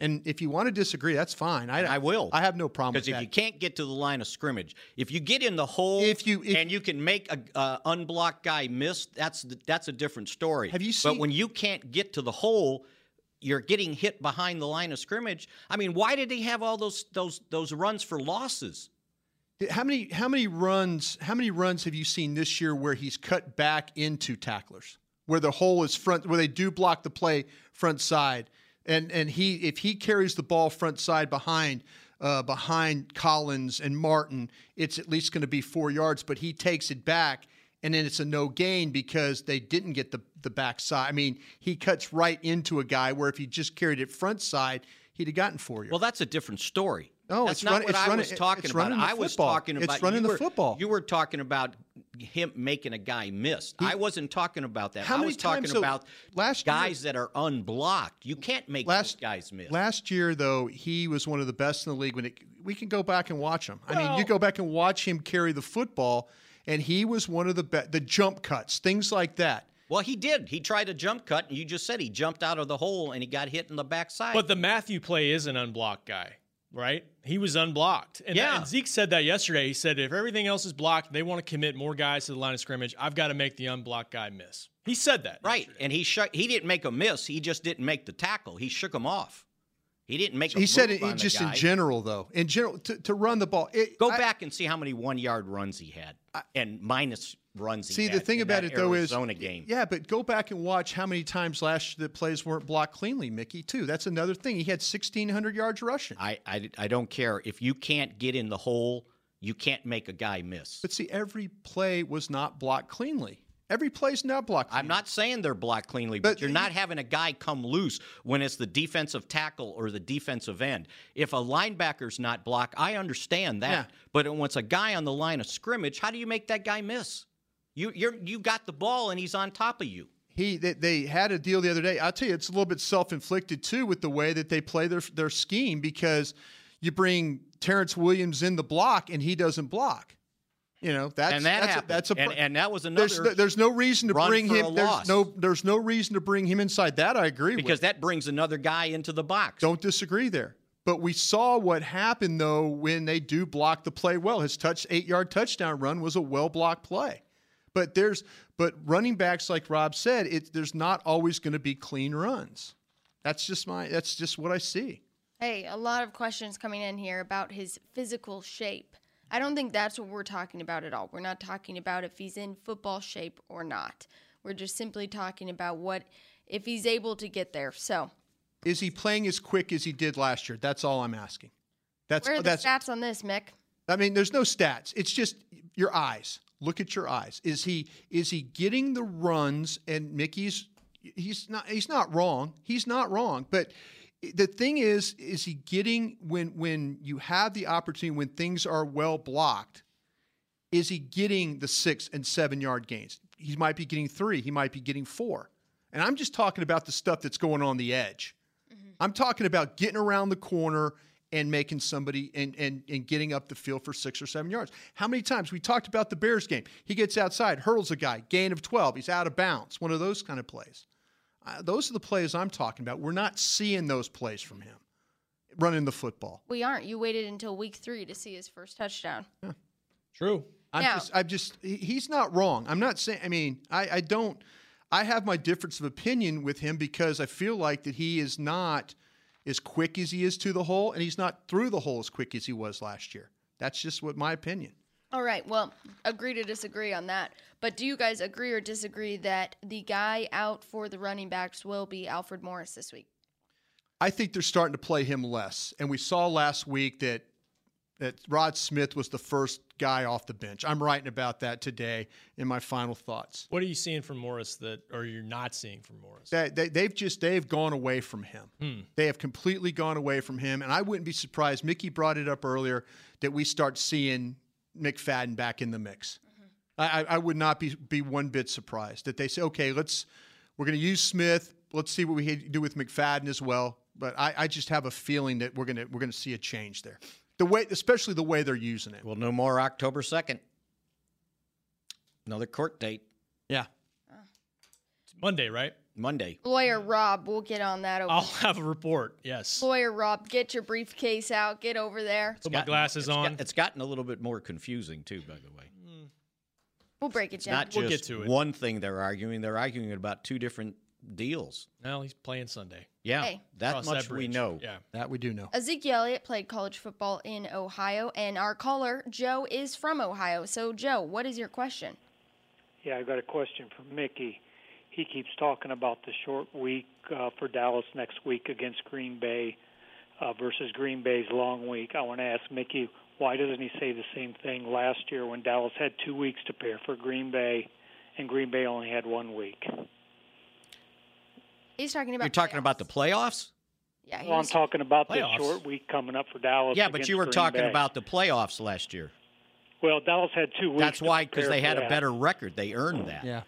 And if you want to disagree, that's fine. I, I
will.
I have no problem with
Because if
that.
you can't get to the line of scrimmage, if you get in the hole, if you and you can make a uh, unblocked guy miss, that's the, that's a different story. Have you seen? But when you can't get to the hole, you're getting hit behind the line of scrimmage. I mean, why did they have all those those those runs for losses?
How many how many runs how many runs have you seen this year where he's cut back into tacklers where the hole is front where they do block the play front side and and he if he carries the ball front side behind uh, behind Collins and Martin it's at least going to be four yards but he takes it back and then it's a no gain because they didn't get the the back side I mean he cuts right into a guy where if he just carried it front side he'd have gotten four yards.
Well, that's a different story.
No,
that's
it's
not
run-
what
it's
I
running-
was talking
it's
about.
running the
I was
football.
talking
It's
about
running
you
the
were-
football.
You were talking about him making a guy miss. I wasn't talking about that.
How
I
many
was talking
times- so
about
last year-
guys that are unblocked. You can't make last, guys miss.
Last year, though, he was one of the best in the league. When it, we can go back and watch him. I mean, you go back and watch him carry the football, and he was one of the best. The jump cuts, things like that.
Well, he did. He tried a jump cut, and you just said he jumped out of the hole and he got hit in the backside.
But the Matthew play is an unblocked guy, right? He was unblocked. And,
Yeah.
and Zeke said that yesterday. He said, if everything else is blocked, they want to commit more guys to the line of scrimmage. I've got to make the unblocked guy miss. He said that.
right, and he shook. He didn't make a miss. He just didn't make the tackle. He shook him off. He didn't make. A
He said
move
it
on the
just in
guy.
general, though. In general, to, to run the ball. It,
Go
I-
back and see how many one-yard runs he had and minus runs. He
See, the
had
thing
in
about
that
it though is
Arizona game.
Yeah, but go back and watch how many times last year the plays weren't blocked cleanly, Mickey. Too. That's another thing. He had 1,600 yards rushing.
I, I, I don't care. If you can't get in the hole, you can't make a guy miss.
But see, every play was not blocked cleanly. Every play's not blocked.
I'm not saying they're blocked cleanly, but, you're not having a guy come loose when it's the defensive tackle or the defensive end. If a linebacker's not blocked, I understand that. But when it's a guy on the line of scrimmage, how do you make that guy miss? You you're, you got the ball and he's on top of you.
he they, they had a deal the other day. I'll tell you, it's a little bit self inflicted too with the way that they play their their scheme because you bring Terrence Williams in the block and he doesn't block. You know that's
And that
that's a,
happened.
that's a
And- and that was
There's,
another
there's no reason to
run
bring
for
him.
a
there's
loss.
no there's no reason to bring him inside. That I agree with.
Because that brings another guy into the box.
Don't disagree there. But we saw what happened though when they do block the play well. His touch eight yard touchdown run was a well blocked play. But there's but running backs like Rob said, it, there's not always going to be clean runs. That's just my that's just what I see.
Hey, a lot of questions coming in here about his physical shape. I don't think that's what we're talking about at all. We're not talking about if he's in football shape or not. We're just simply talking about what if he's able to get there. So,
Is he playing as quick as he did last year? That's all I'm asking. That's
where are the
that's
stats on this, Mick?
I mean, there's no stats. It's just your eyes. Look at your eyes. Is he is he getting the runs? And Mickey's he's not he's not wrong. He's not wrong. But the thing is, is he getting when when you have the opportunity when things are well blocked? Is he getting the six and seven yard gains? He might be getting three. He might be getting four. And I'm just talking about the stuff that's going on the edge. I'm talking about getting around the corner and making somebody and, and and getting up the field for six or seven yards. How many times we talked about the Bears game? He gets outside, hurdles a guy, gain of twelve, he's out of bounds. One of those kind of plays. Uh, those are the plays I'm talking about. We're not seeing those plays from him. running the football.
We aren't. You waited until week three to see his first touchdown.
True.
I'm
Now-
just, I'm just, he- he's not wrong. I'm not saying, I mean, I, I don't, I have my difference of opinion with him because I feel like that he is not as quick as he is to the hole and he's not through the hole as quick as he was last year. That's just what my opinion.
All right. Well, agree to disagree on that. But do you guys agree or disagree that the guy out for the running backs will be Alfred Morris this week?
I think they're starting to play him less. And we saw last week that that Rod Smith was the first guy off the bench. I'm writing about that today in my final thoughts.
What are you seeing from Morris that, or you're not seeing from Morris?
That they, they've just they've gone away from him.
Hmm.
They have completely gone away from him, and I wouldn't be surprised. Mickey brought it up earlier that we start seeing McFadden back in the mix.
Mm-hmm.
I, I I would not be be one bit surprised that they say, okay, let's we're going to use Smith. Let's see what we do with McFadden as well. But I, I just have a feeling that we're going to we're going to see a change there. The way, especially the way they're using it.
Well, no more October second. Another court date.
Yeah.
Monday, right?
Monday.
Lawyer Rob, we'll get on that. Over.
I'll [LAUGHS] have a report. Yes.
Lawyer Rob, get your briefcase out. Get over there.
It's
my
gotten-
glasses
it's got-
on.
it's gotten a little bit more confusing too, by the way.
We'll break it
It's
down.
not just one thing they're arguing. They're arguing about two different deals.
Well, he's playing Sunday.
Yeah,
Hey.
that
Cross
much
that
we
bridge.
know.
Yeah.
That we do know.
Ezekiel Elliott played college football in Ohio, and our caller, Joe, is from Ohio. So, Joe, what is your question?
Yeah, I've got a question for Mickey. He keeps talking about the short week uh, for Dallas next week against Green Bay uh, versus Green Bay's long week. I want to ask Mickey, why doesn't he say the same thing last year when Dallas had two weeks to prepare for Green Bay and Green Bay only had one week?
He's talking about.
You're talking about the playoffs.
yeah, he
Well, I'm
was-
talking about
Playoffs.
the short week coming up for Dallas.
Yeah, but
against
you were
Green
talking
Bay.
about the playoffs last year.
Well, Dallas had two weeks.
That's
to
why, because
prepare
they
for
had a
that.
better record. They earned that.
Yeah.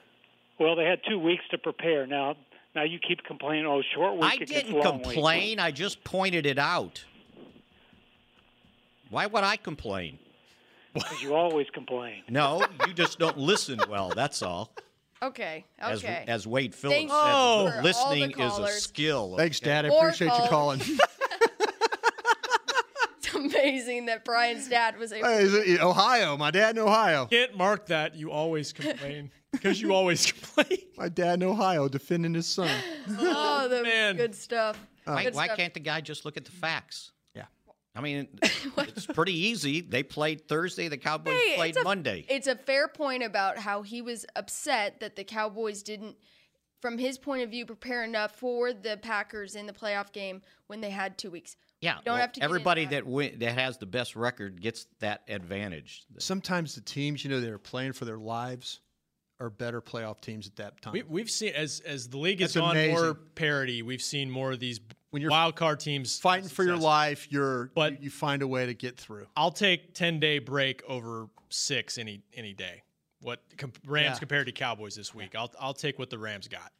Well, they had two weeks to prepare. Now, now you keep complaining. Oh, short week.
I
against
didn't
long week."
complain. I just pointed it out. Why would I complain?
'Cause you always complain.
No, you just don't listen well. That's all.
Okay.
As,
Okay.
as Wade Phillips
Thank you
said,
for all the
listening is a
callers.
skill.
Thanks, Dad. I
Or
appreciate you calling. [LAUGHS]
callers. [LAUGHS] It's amazing that Brian's dad was able.
Hey, is it- Ohio, my dad in Ohio.
Can't mark that. You
[LAUGHS]
always complain because you always [LAUGHS] complain.
My dad in Ohio defending his son.
[LAUGHS] oh, that was good stuff.
Why,
Good
why
stuff.
can't the guy just look at the facts?
Yeah.
[LAUGHS]
I mean, [LAUGHS] it's pretty easy. They played Thursday. The Cowboys
Hey,
played
it's a-
Monday.
It's a fair point about how he was upset that the Cowboys didn't, from his point of view, prepare enough for the Packers in the playoff game when they had two weeks.
yeah.
don't
well,
have to get into
everybody that win, that has the best record gets that advantage.
[GASPS] Sometimes the teams, you know, that are playing for their lives are better playoff teams at that time.
We, we've seen as as the league has
That's
gone more
amazing.
parity, we've seen more of these wild card teams
fighting for your life, you're
But-
you, you find a way to get through.
I'll take ten day break over six any any day. What com- Rams
Yeah.
compared to Cowboys this week? I'll I'll take what the Rams got.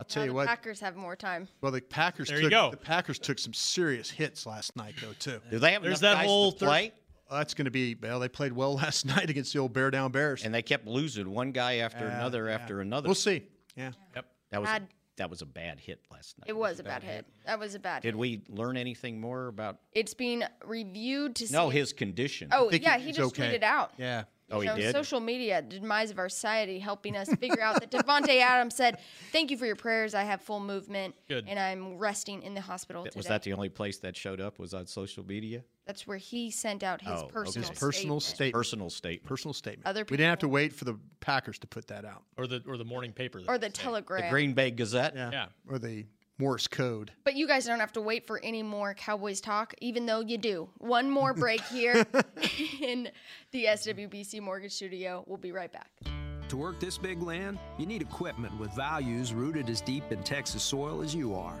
I'll
Now
tell you
the
what.
Packers have more time.
well, the Packers
There you
took
go.
the Packers took some serious hits last night though too.
Do they have There's enough that guys to whole thir- play?
Well, that's going to be well. They played well [LAUGHS] last night against the old Bear Down Bears.
And they kept losing one guy after
Yeah,
another after another.
We'll see. Yeah.
Yep.
That was a,
Bad.
that was a bad hit last night.
It was a bad hit. That was a bad.
Did
hit.
we learn anything more about?
It's been reviewed to see.
No,
if-
his condition.
Oh, I think yeah, he he's just okay. tweeted out.
Yeah.
Oh, he
So
did.
Social media, demise of our society, helping us figure out that
[LAUGHS]
Devonte Adams said, "Thank you for your prayers. I have full movement,
Good.
and I'm resting in the hospital
That-
today."
was that the only place that showed up? Was on social media.
That's where he sent out his
Oh, okay.
personal.
His personal
statement.
statement.
Personal statement.
Personal statement.
Other
we didn't have to wait for the Packers to put that out.
Or the or the morning paper.
Or the Telegram.
Bay Gazette.
Yeah.
Yeah.
Or the Morse code.
But you guys don't have to wait for any more Cowboys talk, even though you do. One more break
[LAUGHS]
here in the SWBC Mortgage Studio. We'll be right back.
To work this big land, you need equipment with values rooted as deep in Texas soil as you are.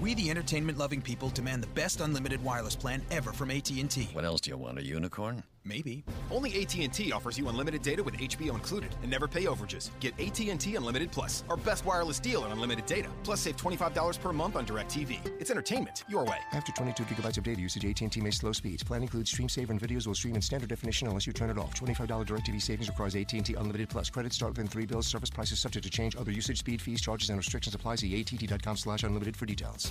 We, the entertainment-loving people, demand the best unlimited wireless plan ever from AT&T.
What else do you want? A unicorn?
Maybe.
Only AT&T offers you unlimited data with HBO included and never pay overages. Get AT&T Unlimited Plus, our best wireless deal on unlimited data. Plus save $25 per month on DirecTV. It's entertainment your way.
After 22 gigabytes of data usage, AT&T may slow speeds. Plan includes stream saver and videos will stream in standard definition unless you turn it off. $25 DirecTV savings requires AT&T Unlimited Plus. Credit start within three bills. Service prices subject to change. Other usage, speed, fees, charges, and restrictions apply. See att.com slash unlimited for details.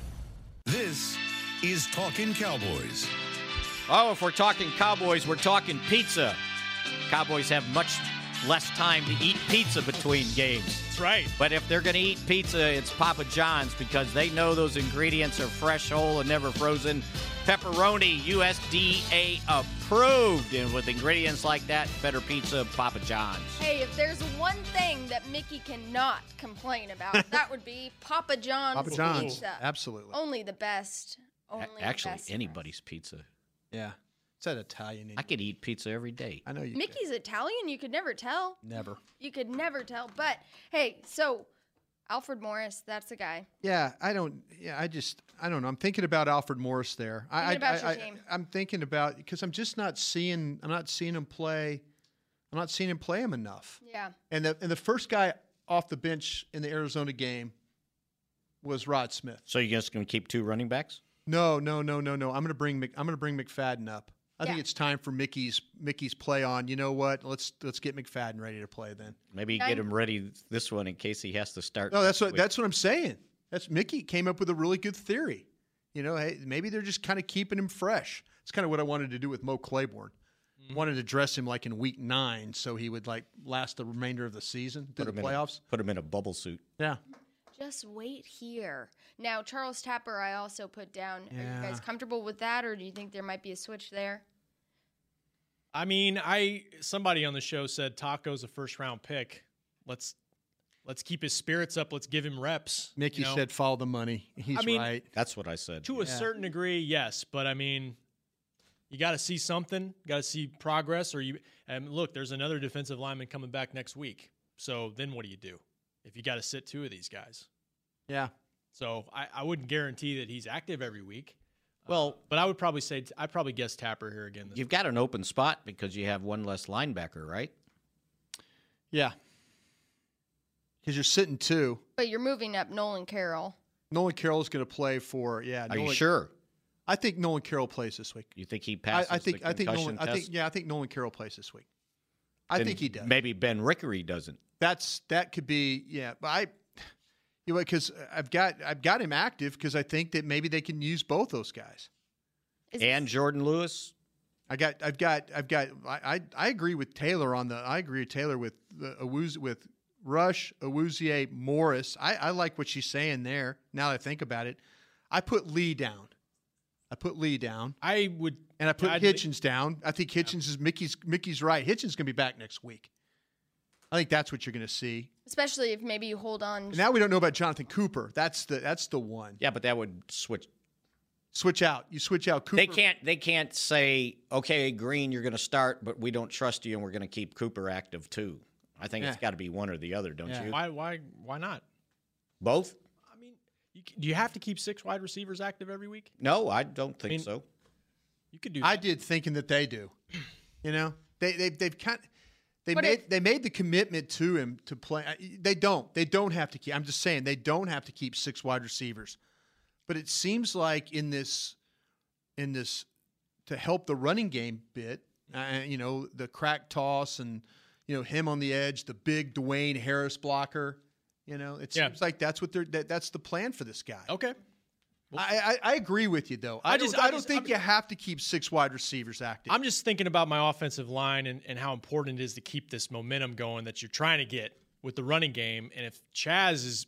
This is Talking Cowboys.
Oh, if we're talking Cowboys, we're talking pizza. Cowboys have much less time to eat
[LAUGHS]
pizza between games. That's
right.
But if they're going to eat pizza, it's Papa John's because they know those ingredients are fresh, whole, and never frozen. Pepperoni, USDA approved. And with ingredients like that, better pizza, Papa John's.
Hey, if there's one thing that Mickey cannot complain
[LAUGHS]
about, that would be Papa John's,
Papa John's,
pizza.
Oh,
Oh.
absolutely.
Only the best. Only the
Actually,
best.
anybody's pizza.
Yeah. It's that Italian.
I could eat pizza every day.
I know you
Mickey's Italian. You could never tell.
Never.
You could never tell. But hey, so Alfred Morris, that's the guy.
Yeah, I don't. Yeah, I just I don't know. I'm thinking about Alfred Morris there. I,
Thinking about
I,
your team.
I, am thinking about because I'm just not seeing. I'm not seeing him play. I'm not seeing him play him enough.
Yeah.
And the and the first guy off the bench in the Arizona game was Rod Smith.
So you're just going to keep two running backs?
No, no, no, no, no. I'm gonna bring Mc, I'm gonna bring McFadden up. I think it's time for Mickey's Mickey's play on. You know what? Let's let's get McFadden ready to play then.
Maybe
Nine-
get him ready this one in case he has to start.
No, that's
next
what
week.
that's what I'm saying. That's Mickey came up with a really good theory. You know, hey, maybe they're just kind of keeping him fresh. It's kind of what I wanted to do with Mo Claiborne.
Mm-hmm.
Wanted to dress him like in week nine, so he would like last the remainder of the season through the
him in a-
playoffs.
put him in a bubble suit.
Yeah,
Just wait here. Now, Charles Tapper, I also put down. Are you
Yeah.
guys comfortable with that, or do you think there might be a switch there?
I mean, I somebody on the show said Taco's a first round pick. Let's let's keep his spirits up. Let's give him reps. you
Mickey
know?
said, "Follow the money." He's
I mean,
right.
That's what I said.
to a certain degree, yes, but I mean, you got to see something. Got to see progress, or you and look. There's another defensive lineman coming back next week. So then, what do you do if you got to sit two of these guys?
Yeah.
So I, I wouldn't guarantee that he's active every week. Uh,
Well,
but I would probably say I probably guess Tapper here again. This
You've got an open spot because you have one less linebacker, right?
Yeah. Because you're sitting two.
But you're moving up Nolan Carroll.
Nolan Carroll's going to play for yeah.
Are you
Nolan-
sure?
I think Nolan Carroll plays this week.
You think he
I,
passes
I think
the
I think
concussion
Nolan, I think
test?
yeah I think Nolan Carroll plays this week. I
Then
think he does.
Maybe Ben Rickery doesn't.
That's that could be yeah. But I you know because I've got I've got him active because I think that maybe they can use both those guys.
and Jordan Lewis.
I got I've got I've got I I, I agree with Taylor on the I agree with Taylor with the Awuz with Rush Awuzie Morris. I I like what she's saying there. Now that I think about it, I put Lee down. I put Lee down.
I would,
and I put
I'd-
Hitchens down. I think Hitchens is Mickey's. Mickey's right. Hitchens gonna be back next week. I think that's what you're gonna see.
Especially if maybe you hold on.
And now we don't know about Jonathan Cooper. That's the that's the one.
Yeah, but that would switch.
Switch out. You switch out Cooper.
They can't. They can't say, "Okay, Green, you're going to start, but we don't trust you, and we're going to keep Cooper active too." I think it's
Yeah.
got to be one or the other, don't
Yeah.
you?
Why why why not?
Both?
You, c- do you have to keep six wide receivers active every week?
No, I don't think
mean,
so.
You could do.
I did thinking that they do. You know, they they they've kind. They
But
made they made the commitment to him to play. I- They don't. They don't have to keep. I'm just saying they don't have to keep six wide receivers. But it seems like in this, in this, to help the running game bit, uh, you know, the crack toss and you know him on the edge, the big Dwayne Harris blocker. You know, it
Yeah.
seems like that's what they're that, that's the plan for this guy.
Okay.
I, I, I agree with you though. I,
I
just
just-
don't, I,
I
don't
just-
think you have to keep six wide receivers active.
I'm just thinking about my offensive line and, and how important it is to keep this momentum going that you're trying to get with the running game. And if Chaz is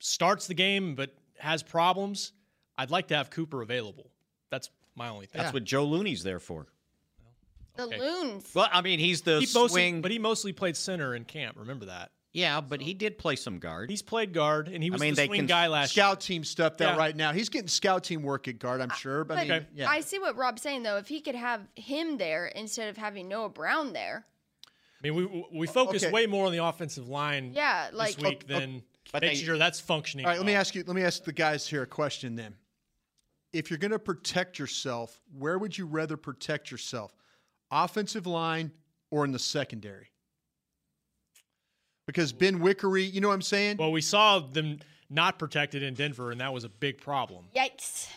starts the game but has problems, I'd like to have Cooper available. That's my only thing.
That's what Joe Looney's there for.
The
Okay.
loons.
Well, I mean, he's the
he mostly,
swing.
but he mostly played center in camp. Remember that?
Yeah, but he did play some guard.
He's played guard, and he was
I mean,
the
they
swing
can
guy last
scout team stuff that
Yeah.
right now. He's getting scout team work at guard, I'm sure. But,
But
I mean, yeah.
I see what Rob's saying though. If he could have him there instead of having Noah Brown there,
year. I mean, we we focused
Okay.
way more on the offensive line.
Yeah, like-
this week
Okay,
than
But
making
they-
sure that's functioning.
All right, let me
well.
ask you. Let me ask the guys here a question. Then, if you're going to protect yourself, where would you rather protect yourself, offensive line or in the secondary? Because Ben Wickery, you know what I'm saying?
Well, we saw them not protected in Denver, and that was a big problem.
yikes!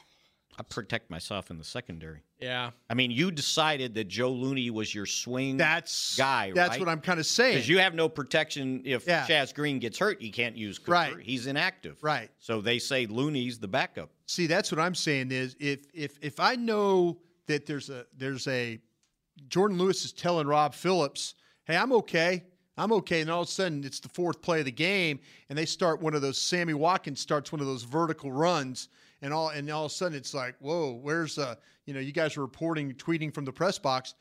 I protect myself in the secondary.
Yeah.
I mean, you decided that Joe Looney was your swing that's, guy.
that's what I'm kinda saying.
Because you have no protection if
Yeah.
Chaz Green gets hurt, you can't use Cooper.
Right.
He's inactive.
Right.
So they say Looney's the backup.
See, that's what I'm saying is if if if I know that there's a there's a Jordan Lewis is telling Rob Phillips, "Hey, I'm okay. I'm okay." And all of a sudden, it's the fourth play of the game and they start one of those Sammy Watkins starts one of those vertical runs and all and all of a sudden it's like, "Whoa, where's uh, you know, you guys are reporting tweeting from the press box.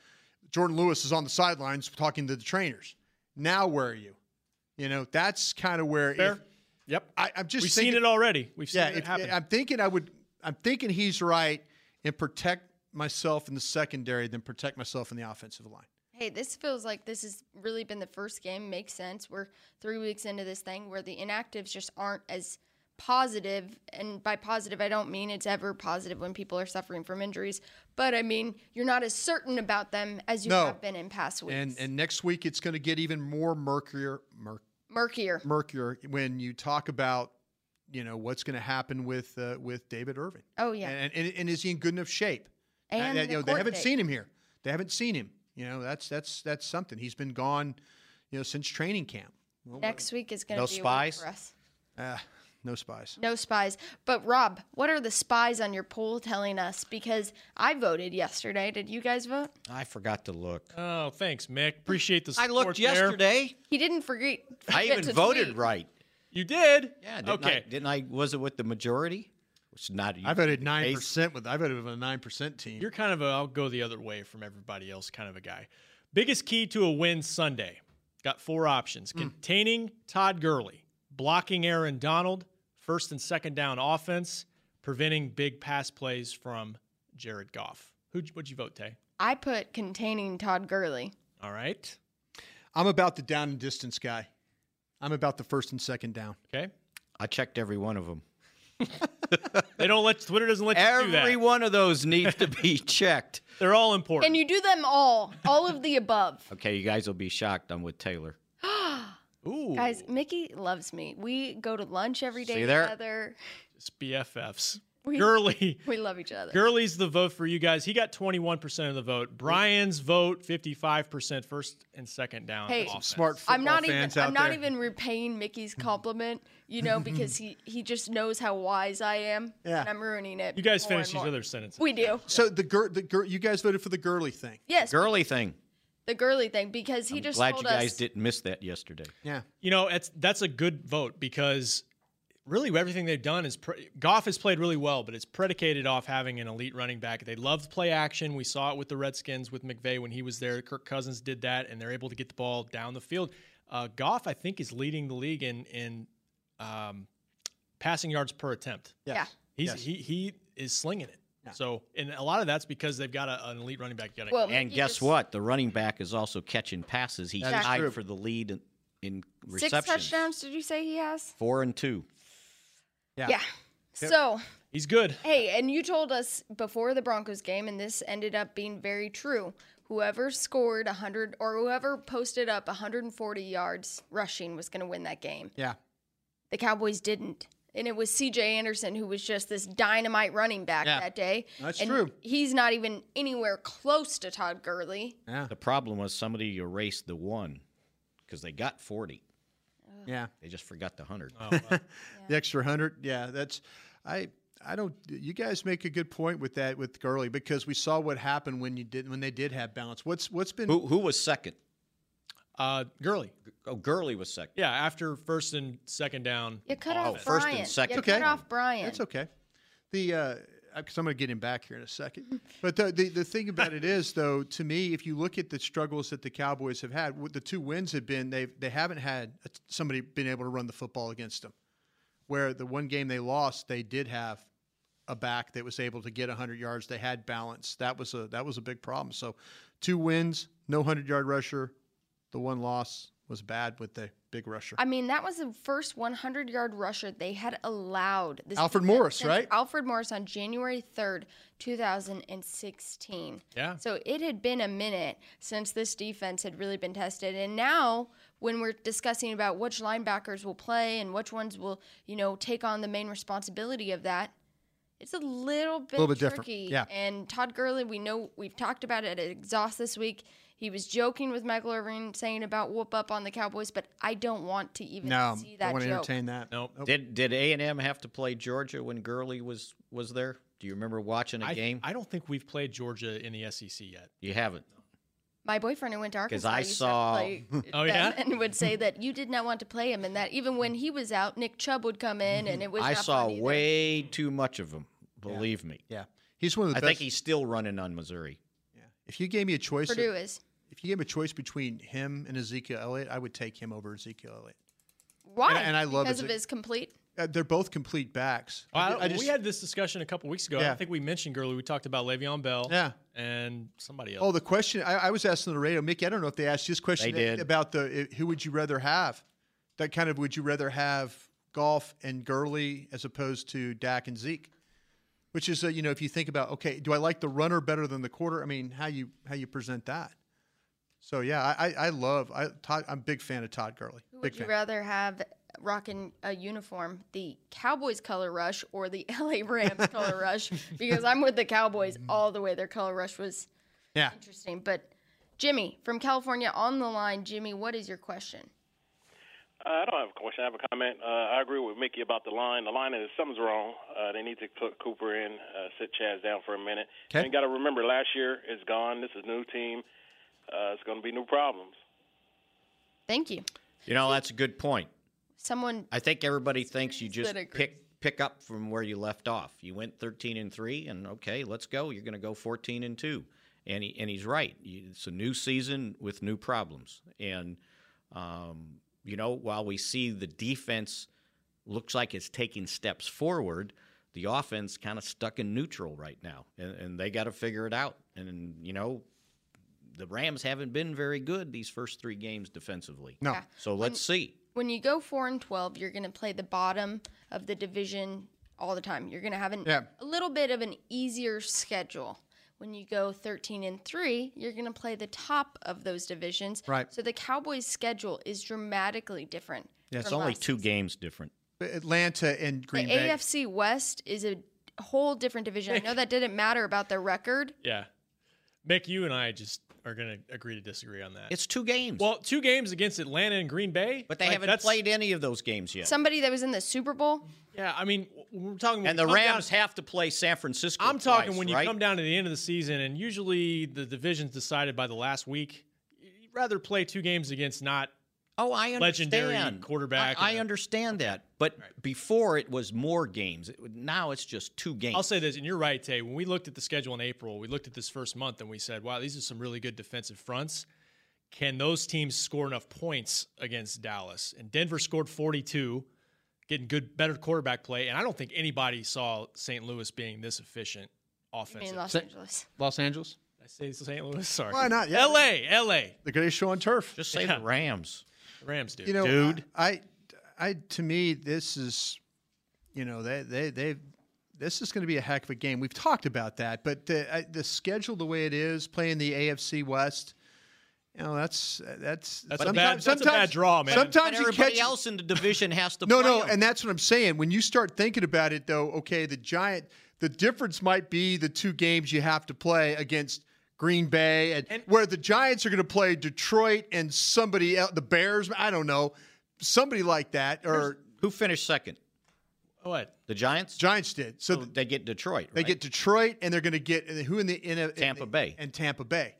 Jordan Lewis is on the sidelines talking to the trainers. Now where are you?" You know, that's kind of where
Fair.
if-
Yep.
I, I'm just
We've
thinking-
seen it already. We've seen it
if-
happen.
I'm thinking I would. I'm thinking he's right and protect myself in the secondary, then protect myself in the offensive line.
Hey, this feels like this has really been the first game. Makes sense. We're three weeks into this thing where the inactives just aren't as positive. And by positive, I don't mean it's ever positive when people are suffering from injuries, but I mean you're not as certain about them as you
No.
have been in past weeks.
And and next week it's going to get even more murkier, mur-
Murkier.
murkier when you talk about you know what's going to happen with uh, with David Irving.
Oh, yeah.
and, and and is he in good enough shape? Uh,
And
you
the
know, they
court
haven't
date.
seen him here. They haven't seen him. You know that's that's that's something. He's been gone, you know, since training camp. Well,
Next week is going to
No
be a week
spies?
for us.
uh, no spies.
No spies. But Rob, what are the spies on your poll telling us? Because I voted yesterday. Did you guys vote?
I forgot to look.
Oh, thanks, Mick. Appreciate the
I
support.
looked
there.
yesterday.
He didn't forget. [LAUGHS]
I
forget
even
to
voted
tweet.
right.
You did?
Yeah. Didn't
Okay.
I, didn't I? Was it with the majority? Which is not.
I voted nine
Ace-
percent with. I voted with a nine percent team.
You're kind of a I'll go the other way from everybody else kind of a guy. Biggest key to a win Sunday. Got four options.
Hmm.
Containing Todd Gurley, blocking Aaron Donald, first and second down offense, preventing big pass plays from Jared Goff. Who'd would you vote, Tay?
I put containing Todd Gurley.
All right.
I'm about the down and distance guy. I'm about the first and second down.
Okay.
I checked every one of them.
They don't let Twitter doesn't let you do that.
Every one of those needs to be [LAUGHS] checked.
They're all important.
And you do them all, all of the
[LAUGHS]
above.
Okay, you guys will be shocked. I'm with Taylor.
Ooh.
Guys, Mickey loves me. We go to lunch every day
See there?
together.
It's BFFs.
We-
Gurley.
We love each other.
Gurley's the vote for you guys. He got 21% of the vote. Brian's vote 55% first and second down.
Hey,
offense.
I'm not even. I'm not even repaying
[LAUGHS]
Mickey's compliment, you know, because he he just knows how wise I am,
Yeah.
and I'm ruining it.
You guys
more
finish
and
these
more.
other sentences.
We do.
So the gir- the gir- you guys voted for the girly thing.
Yes,
Girly thing.
the girly thing because he just
Glad you
told
guys
us
didn't miss that yesterday.
Yeah.
You know, it's, that's a good vote because really everything they've done is pre- Goff has played really well, but it's predicated off having an elite running back. They love play action. We saw it with the Redskins with McVay when he was there. Kirk Cousins did that, and they're able to get the ball down the field. Uh, Goff, I think, is leading the league in in um, passing yards per attempt.
Yes. Yeah.
He's
Yes.
he he is slinging it. So, and a lot of that's because they've got a, an elite running back. Got a-
Well,
and
Mickey
guess
just-
what? The running back is also catching passes. He's
That is
tied
true.
for the lead in, in
six
receptions.
touchdowns. Did you say he has?
Four and two.
Yeah. So
he's good.
hey, and you told us before the Broncos game, and this ended up being very true. Whoever scored 100 or whoever posted up 140 yards rushing was going to win that game.
Yeah.
The Cowboys didn't. And it was CJ Anderson who was just this dynamite running back
Yeah.
that day.
That's
And
true.
He's not even anywhere close to Todd Gurley.
The problem was somebody erased the one because they got 40.
Yeah.
They just forgot the 100.
Oh.
The extra hundred. Yeah, that's I. I don't. You guys make a good point with that with Gurley because we saw what happened when you did when they did have balance. What's what's been
who, who was second?
Uh, Gurley.
Oh, Gurley was second.
Yeah, after first and second down.
You cut
Oh,
off
first and
Brian.
second.
You
Okay.
cut off Brian.
That's okay. The uh, because I'm going to get him back here in a second. But the, the the thing about it is, though, to me, if you look at the struggles that the Cowboys have had, what the two wins have been they they haven't had a, somebody been able to run the football against them. Where the one game they lost, they did have a back that was able to get 100 yards. They had balance. That was a that was a big problem. So, two wins, no 100 yard rusher. The one loss was bad with the big rusher.
I mean, that was the first 100 yard rusher they had allowed. This
Alfred
season
Morris,
since
right?
Alfred Morris on January 3rd, 2016.
Yeah.
So it had been a minute since this defense had really been tested. And now, when we're discussing about which linebackers will play and which ones will, you know, take on the main responsibility of that, it's a little bit,
Little bit different,
tricky.
yeah.
And Todd Gurley, we know we've talked about it at Exhaust this week. He was joking with Michael Irvin saying about whoop up on the Cowboys, but I don't want to even see that joke.
that.
No. Did did A and M have to play Georgia when Gurley was was there? Do you remember watching a
I,
game?
I don't think we've played Georgia in the SEC yet.
You haven't.
My boyfriend who went to Arkansas
'Cause I
used to
saw-
play
[LAUGHS]
Oh,
them
yeah?
and would say that you did not want to play him, and that even when he was out, Nick Chubb would come in, and it was
Mm-hmm. I
not
saw
fun either.
way too much of him. Believe me.
Yeah, he's one of the
I
best.
think he's still running on Missouri.
if you gave me a choice,
Purdue is.
If you gave me a choice between him and Ezekiel Elliott, I would take him over Ezekiel Elliott.
Why?
And, and I love
because
Eze-
of his complete.
uh, they're both complete backs. I, ju- I just,
we had this discussion a couple weeks ago. I
Yeah.
don't think we mentioned Gurley. We talked about Le'Veon Bell.
Yeah.
And somebody else.
oh, the question I, I was asking the radio, Mickey. I don't know if they asked this question
They did.
about the eh, who would you rather have? That kind of would you rather have golf and Gurley as opposed to Dak and Zeke? Which is, uh, you know, if you think about, okay, do I like the runner better than the quarter? I mean, how you how you present that? So yeah, I I, I love I Todd, I'm a big fan of Todd Gurley.
Would
Big
you
fan.
rather have rocking a uniform, the Cowboys color rush or the [LAUGHS] LA Rams color
[LAUGHS]
rush? Because I'm with the Cowboys
Mm.
all the way. Their color rush was
Yeah.
interesting. But Jimmy from California on the line. Jimmy, what is your question?
Uh, I don't have a question. I have a comment. Uh, I agree with Mickey about the line. The line is something's wrong. Uh, they need to put Cooper in, uh, sit Chaz down for a minute.
Okay.
And got to remember, last year is gone. This is new team. Uh, it's going to be new problems.
Thank you.
You know, that's a good point.
Someone
I think everybody thinks you just
that agrees.
pick pick up from where you left off. You went 13 and 3 and okay, let's go. You're going to go 14 and 2. And he, and he's right. You- It's a new season with new problems. And um, you know, while we see the defense looks like it's taking steps forward, the offense kind of stuck in neutral right now. And, and they got to figure it out. And you know, the Rams haven't been very good these first 3 games defensively.
No. Yeah.
So let's see.
when you go four and twelve, you're going to play the bottom of the division all the time. You're going to have an,
Yeah.
a little bit of an easier schedule. When you go thirteen and three, you're going to play the top of those divisions.
Right.
So the Cowboys' schedule is dramatically different.
Yeah, it's
from
only
last
two games different.
Atlanta and Green
the
Bay.
AFC West is a whole different division.
[LAUGHS]
I know that didn't matter about their record.
Yeah. Mick, you and I just are going to agree to disagree on that.
It's two games.
Well, two games against Atlanta and Green Bay.
But they
Like,
haven't
that's-
played any of those games yet.
Somebody that was in the Super Bowl.
Yeah, I mean, we're talking.
and the Rams have to play San Francisco.
I'm talking
twice,
when you
right?
come down to the end of the season, and usually the division's decided by the last week. You'd rather play two games against not
oh, I
legendary
understand.
quarterback.
I, I understand that, but before it was more games. It- Now it's just two games.
I'll say this, and you're right, Tay. When we looked at the schedule in April, we looked at this first month and we said, wow, these are some really good defensive fronts. Can those teams score enough points against Dallas? And Denver scored 42, getting good, better quarterback play. And I don't think anybody saw St. Louis being this efficient
I
offensively.
mean, Los Angeles.
Los Angeles.
I say St. Louis. [LAUGHS] Sorry.
Why not? Yeah.
L.A. L.A.
The greatest show on turf.
Just say
Yeah.
the Rams.
Rams, dude.
You know,
Dude.
I, I, I- to me, this is, you know, they, they, they, this is going to be a heck of a game. We've talked about that, but the, I, the schedule, the way it is, playing the AFC West, you know, that's that's
That's a bad- that's a bad draw, man.
But
Sometimes you
everybody
catch
else in the division has to.
no,
play
no,
'em.
and that's what I'm saying. When you start thinking about it, though, okay, the giant, the difference might be the two games you have to play against Green Bay, and, where the Giants are going to play Detroit and somebody else, the Bears. I don't know, somebody like that, or
who finished second?
What
the Giants?
Giants did. So,
they get Detroit.
They get Detroit, and they're going to get and who in the in a,
Tampa Bay
and Tampa Bay.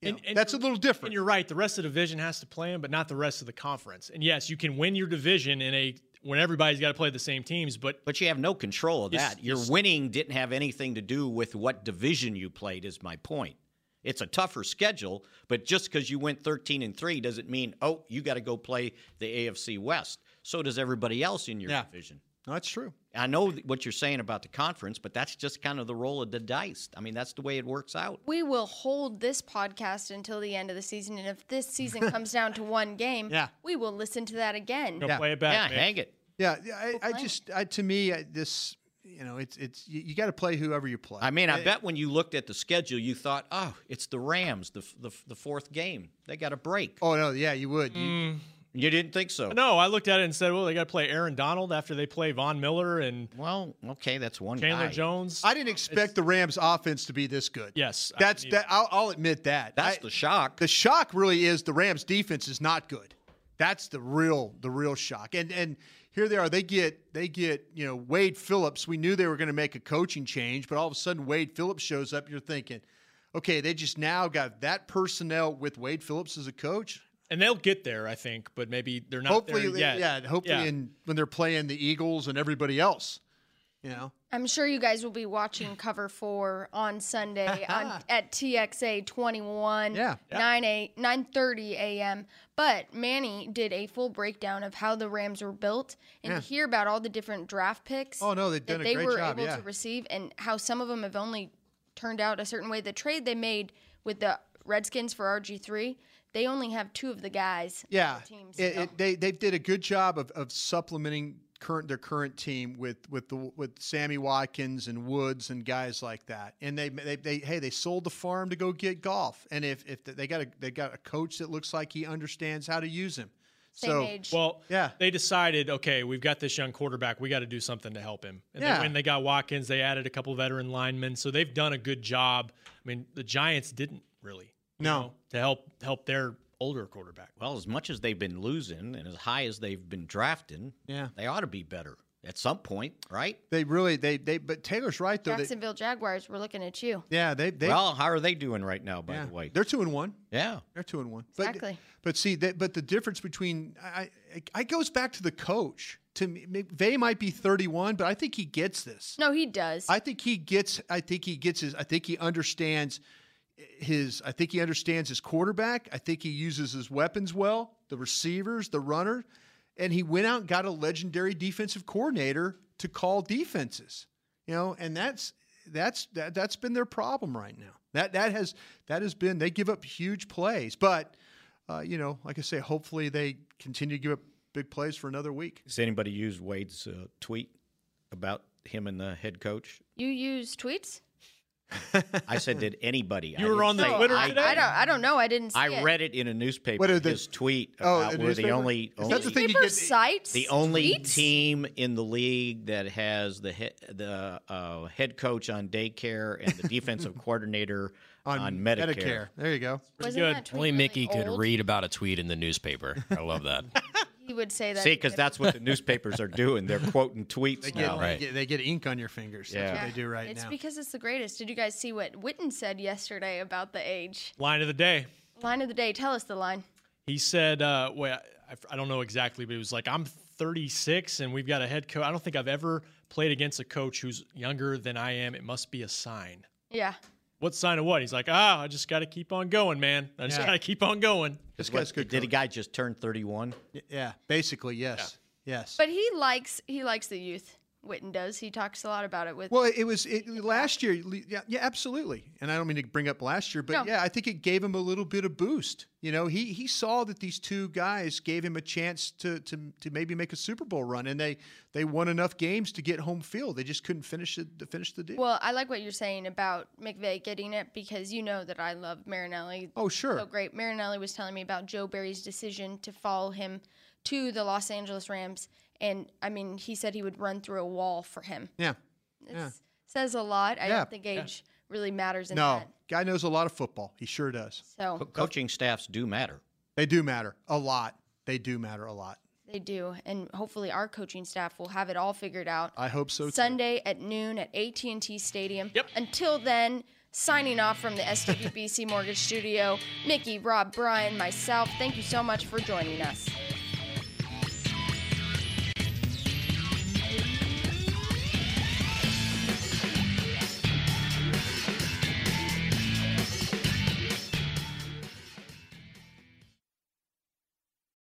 You
And-
know,
and
that's a little different.
And you're right. The rest of the division has to play him, but not the rest of the conference. And yes, you can win your division in a when everybody's got to play the same teams. But
but you have no control of that. Your winning didn't have anything to do with what division you played. Is my point. It's a tougher schedule, but just because you went 13 and three doesn't mean oh you got to go play the AFC West. So does everybody else in your
Yeah.
division.
No, that's true.
I know th- what you're saying about the conference, but that's just kind of the roll of the dice. I mean, that's the way it works out.
We will hold this podcast until the end of the season, and if this season comes down to one game,
Yeah.
we will listen to that again.
it.
Yeah, yeah, I, I just I, to me I, this you know it's it's you, you got to play whoever you play.
I mean, I bet when you looked at the schedule, you thought, "Oh, it's the Rams, the f- the, f- the fourth game. They got a break."
Oh no, yeah, you would.
You,
you didn't think so?
No, I looked at it and said, well, they got to play Aaron Donald after they play Von Miller and
well, okay, that's one
Chandler
guy.
Jones.
I didn't expect the Rams offense to be this good.
Yes, I
that's
didn't
that. I'll, I'll admit that.
That's the shock.
The shock really is the Rams defense is not good. That's the real the real shock. And and here they are. They get they get you know Wade Phillips. We knew they were going to make a coaching change, but all of a sudden Wade Phillips shows up. You're thinking, okay, they just now got that personnel with Wade Phillips as a coach.
And they'll get there, I think, but maybe they're not
hopefully,
there yet.
yeah, hopefully, In, when they're playing the Eagles and everybody else, you know.
I'm sure you guys will be watching Cover Four on
[LAUGHS]
Sunday on, at TXA 21,
Yeah. Yeah.
9 a, 9:30 a.m. But Manny did a full breakdown of how the Rams were built, and
Yeah.
to hear about all the different draft picks.
Oh, no, they've done
that
a
they
great
were
job,
able
yeah.
to receive, and how some of them have only turned out a certain way. The trade they made with the Redskins for RG3, they only have two of the guys.
Yeah,
teams,
it,
you know?
it, they they did a good job of, of supplementing current their current team with with the with Sammy Watkins and Woods and guys like that. And they they, they hey they sold the farm to go get golf. And if if they got a they got a coach that looks like he understands how to use him. so
Well,
yeah.
They decided, okay, we've got this young quarterback. We got to do something to help him. And
Yeah.
then when they got Watkins, they added a couple veteran linemen. So they've done a good job. I mean, the Giants didn't really
No.
to help help their older quarterback.
Well, as much as they've been losing and as high as they've been drafting,
Yeah.
they ought to be better at some point, right?
they really they they but Taylor's right though. They-
Jacksonville Jaguars, we're looking at you.
yeah, they they
well, how are they doing right now? By
Yeah.
the way,
they're two and one.
yeah.
They're two and one.
Exactly.
But, but see that. But the difference between I, I, I goes back to the coach. To me, may- Vay might be thirty one, but I think he gets this.
No, he does.
I think he gets. I think he gets his. I think he understands his. I think he understands his quarterback. I think he uses his weapons well. The receivers, the runner, and he went out and got a legendary defensive coordinator to call defenses. You know, and that's that's that, that's been their problem right now. That that has that has been they give up huge plays, but uh, you know, like I say, hopefully they continue to give up big plays for another week.
Has anybody used Wade's uh, tweet about him and the head coach?
You use tweets?
I said,
[LAUGHS]
did anybody? I
You were
didn't
on the
say
Twitter
I,
today?
I don't. I don't know. I didn't. See
I
it.
read it in a newspaper.
What are the-
his tweet
Oh,
about we're
a
the
newspaper?
only.
Is
only
that the thing you
Paper
get-
sites.
the only
tweets?
team in the league that has the he, the uh, head coach on daycare and the defensive coordinator on, Medicare.
Medicare. There you go.
Wasn't good. that tweet
Only Mickey
really
could
old?
read about a tweet in the newspaper. I love
[LAUGHS]
that.
He would say that.
See, because that's what the newspapers are doing. They're quoting tweets
They get,
now.
they get- they get ink on your fingers. That's
Yeah.
what they do right
it's
now.
because it's the greatest. Did you guys see what Witten said yesterday about the age?
Line of the day.
Line of the day. Tell us the line.
He said, uh, wait, I, I don't know exactly, but he was like, I'm 36 and we've got a head coach. I don't think I've ever played against a coach who's younger than I am. It must be a sign.
Yeah.
What sign of what? He's like, ah, I just got to keep on going, man. I just
Yeah.
got to keep on going.
This
What- Did a guy just turn 31?
Y- yeah, basically yes, yes.
But he likes he likes the youth. Witten does. He talks a lot about it with.
Well, it was it, last year. le- Yeah, yeah, absolutely. And I don't mean to bring up last year, but
No.
yeah, I think it gave him a little bit of boost. You know, he he saw that these two guys gave him a chance to to to maybe make a Super Bowl run, and they they won enough games to get home field. They just couldn't finish it to finish the deal.
Well, I like what you're saying about McVeigh getting it because you know that I love Marinelli.
Oh, sure.
So great. Marinelli was telling me about Joe Barry's decision to follow him to the Los Angeles Rams. And I mean, he said he would run through a wall for him.
yeah,
It says a lot. I
Yeah.
don't think
Yeah.
age really matters in
no,
that.
guy knows a lot of football. He sure does.
So
Co- coaching staffs do matter.
They do matter a lot. They do matter a lot.
they do, and hopefully our coaching staff will have it all figured out.
I hope so. too.
Sunday at noon at AT&T Stadium. Yep. Until then, signing off from the SWBC Mortgage Studio, Mickey, Rob, Brian, myself. Thank you so much for joining us.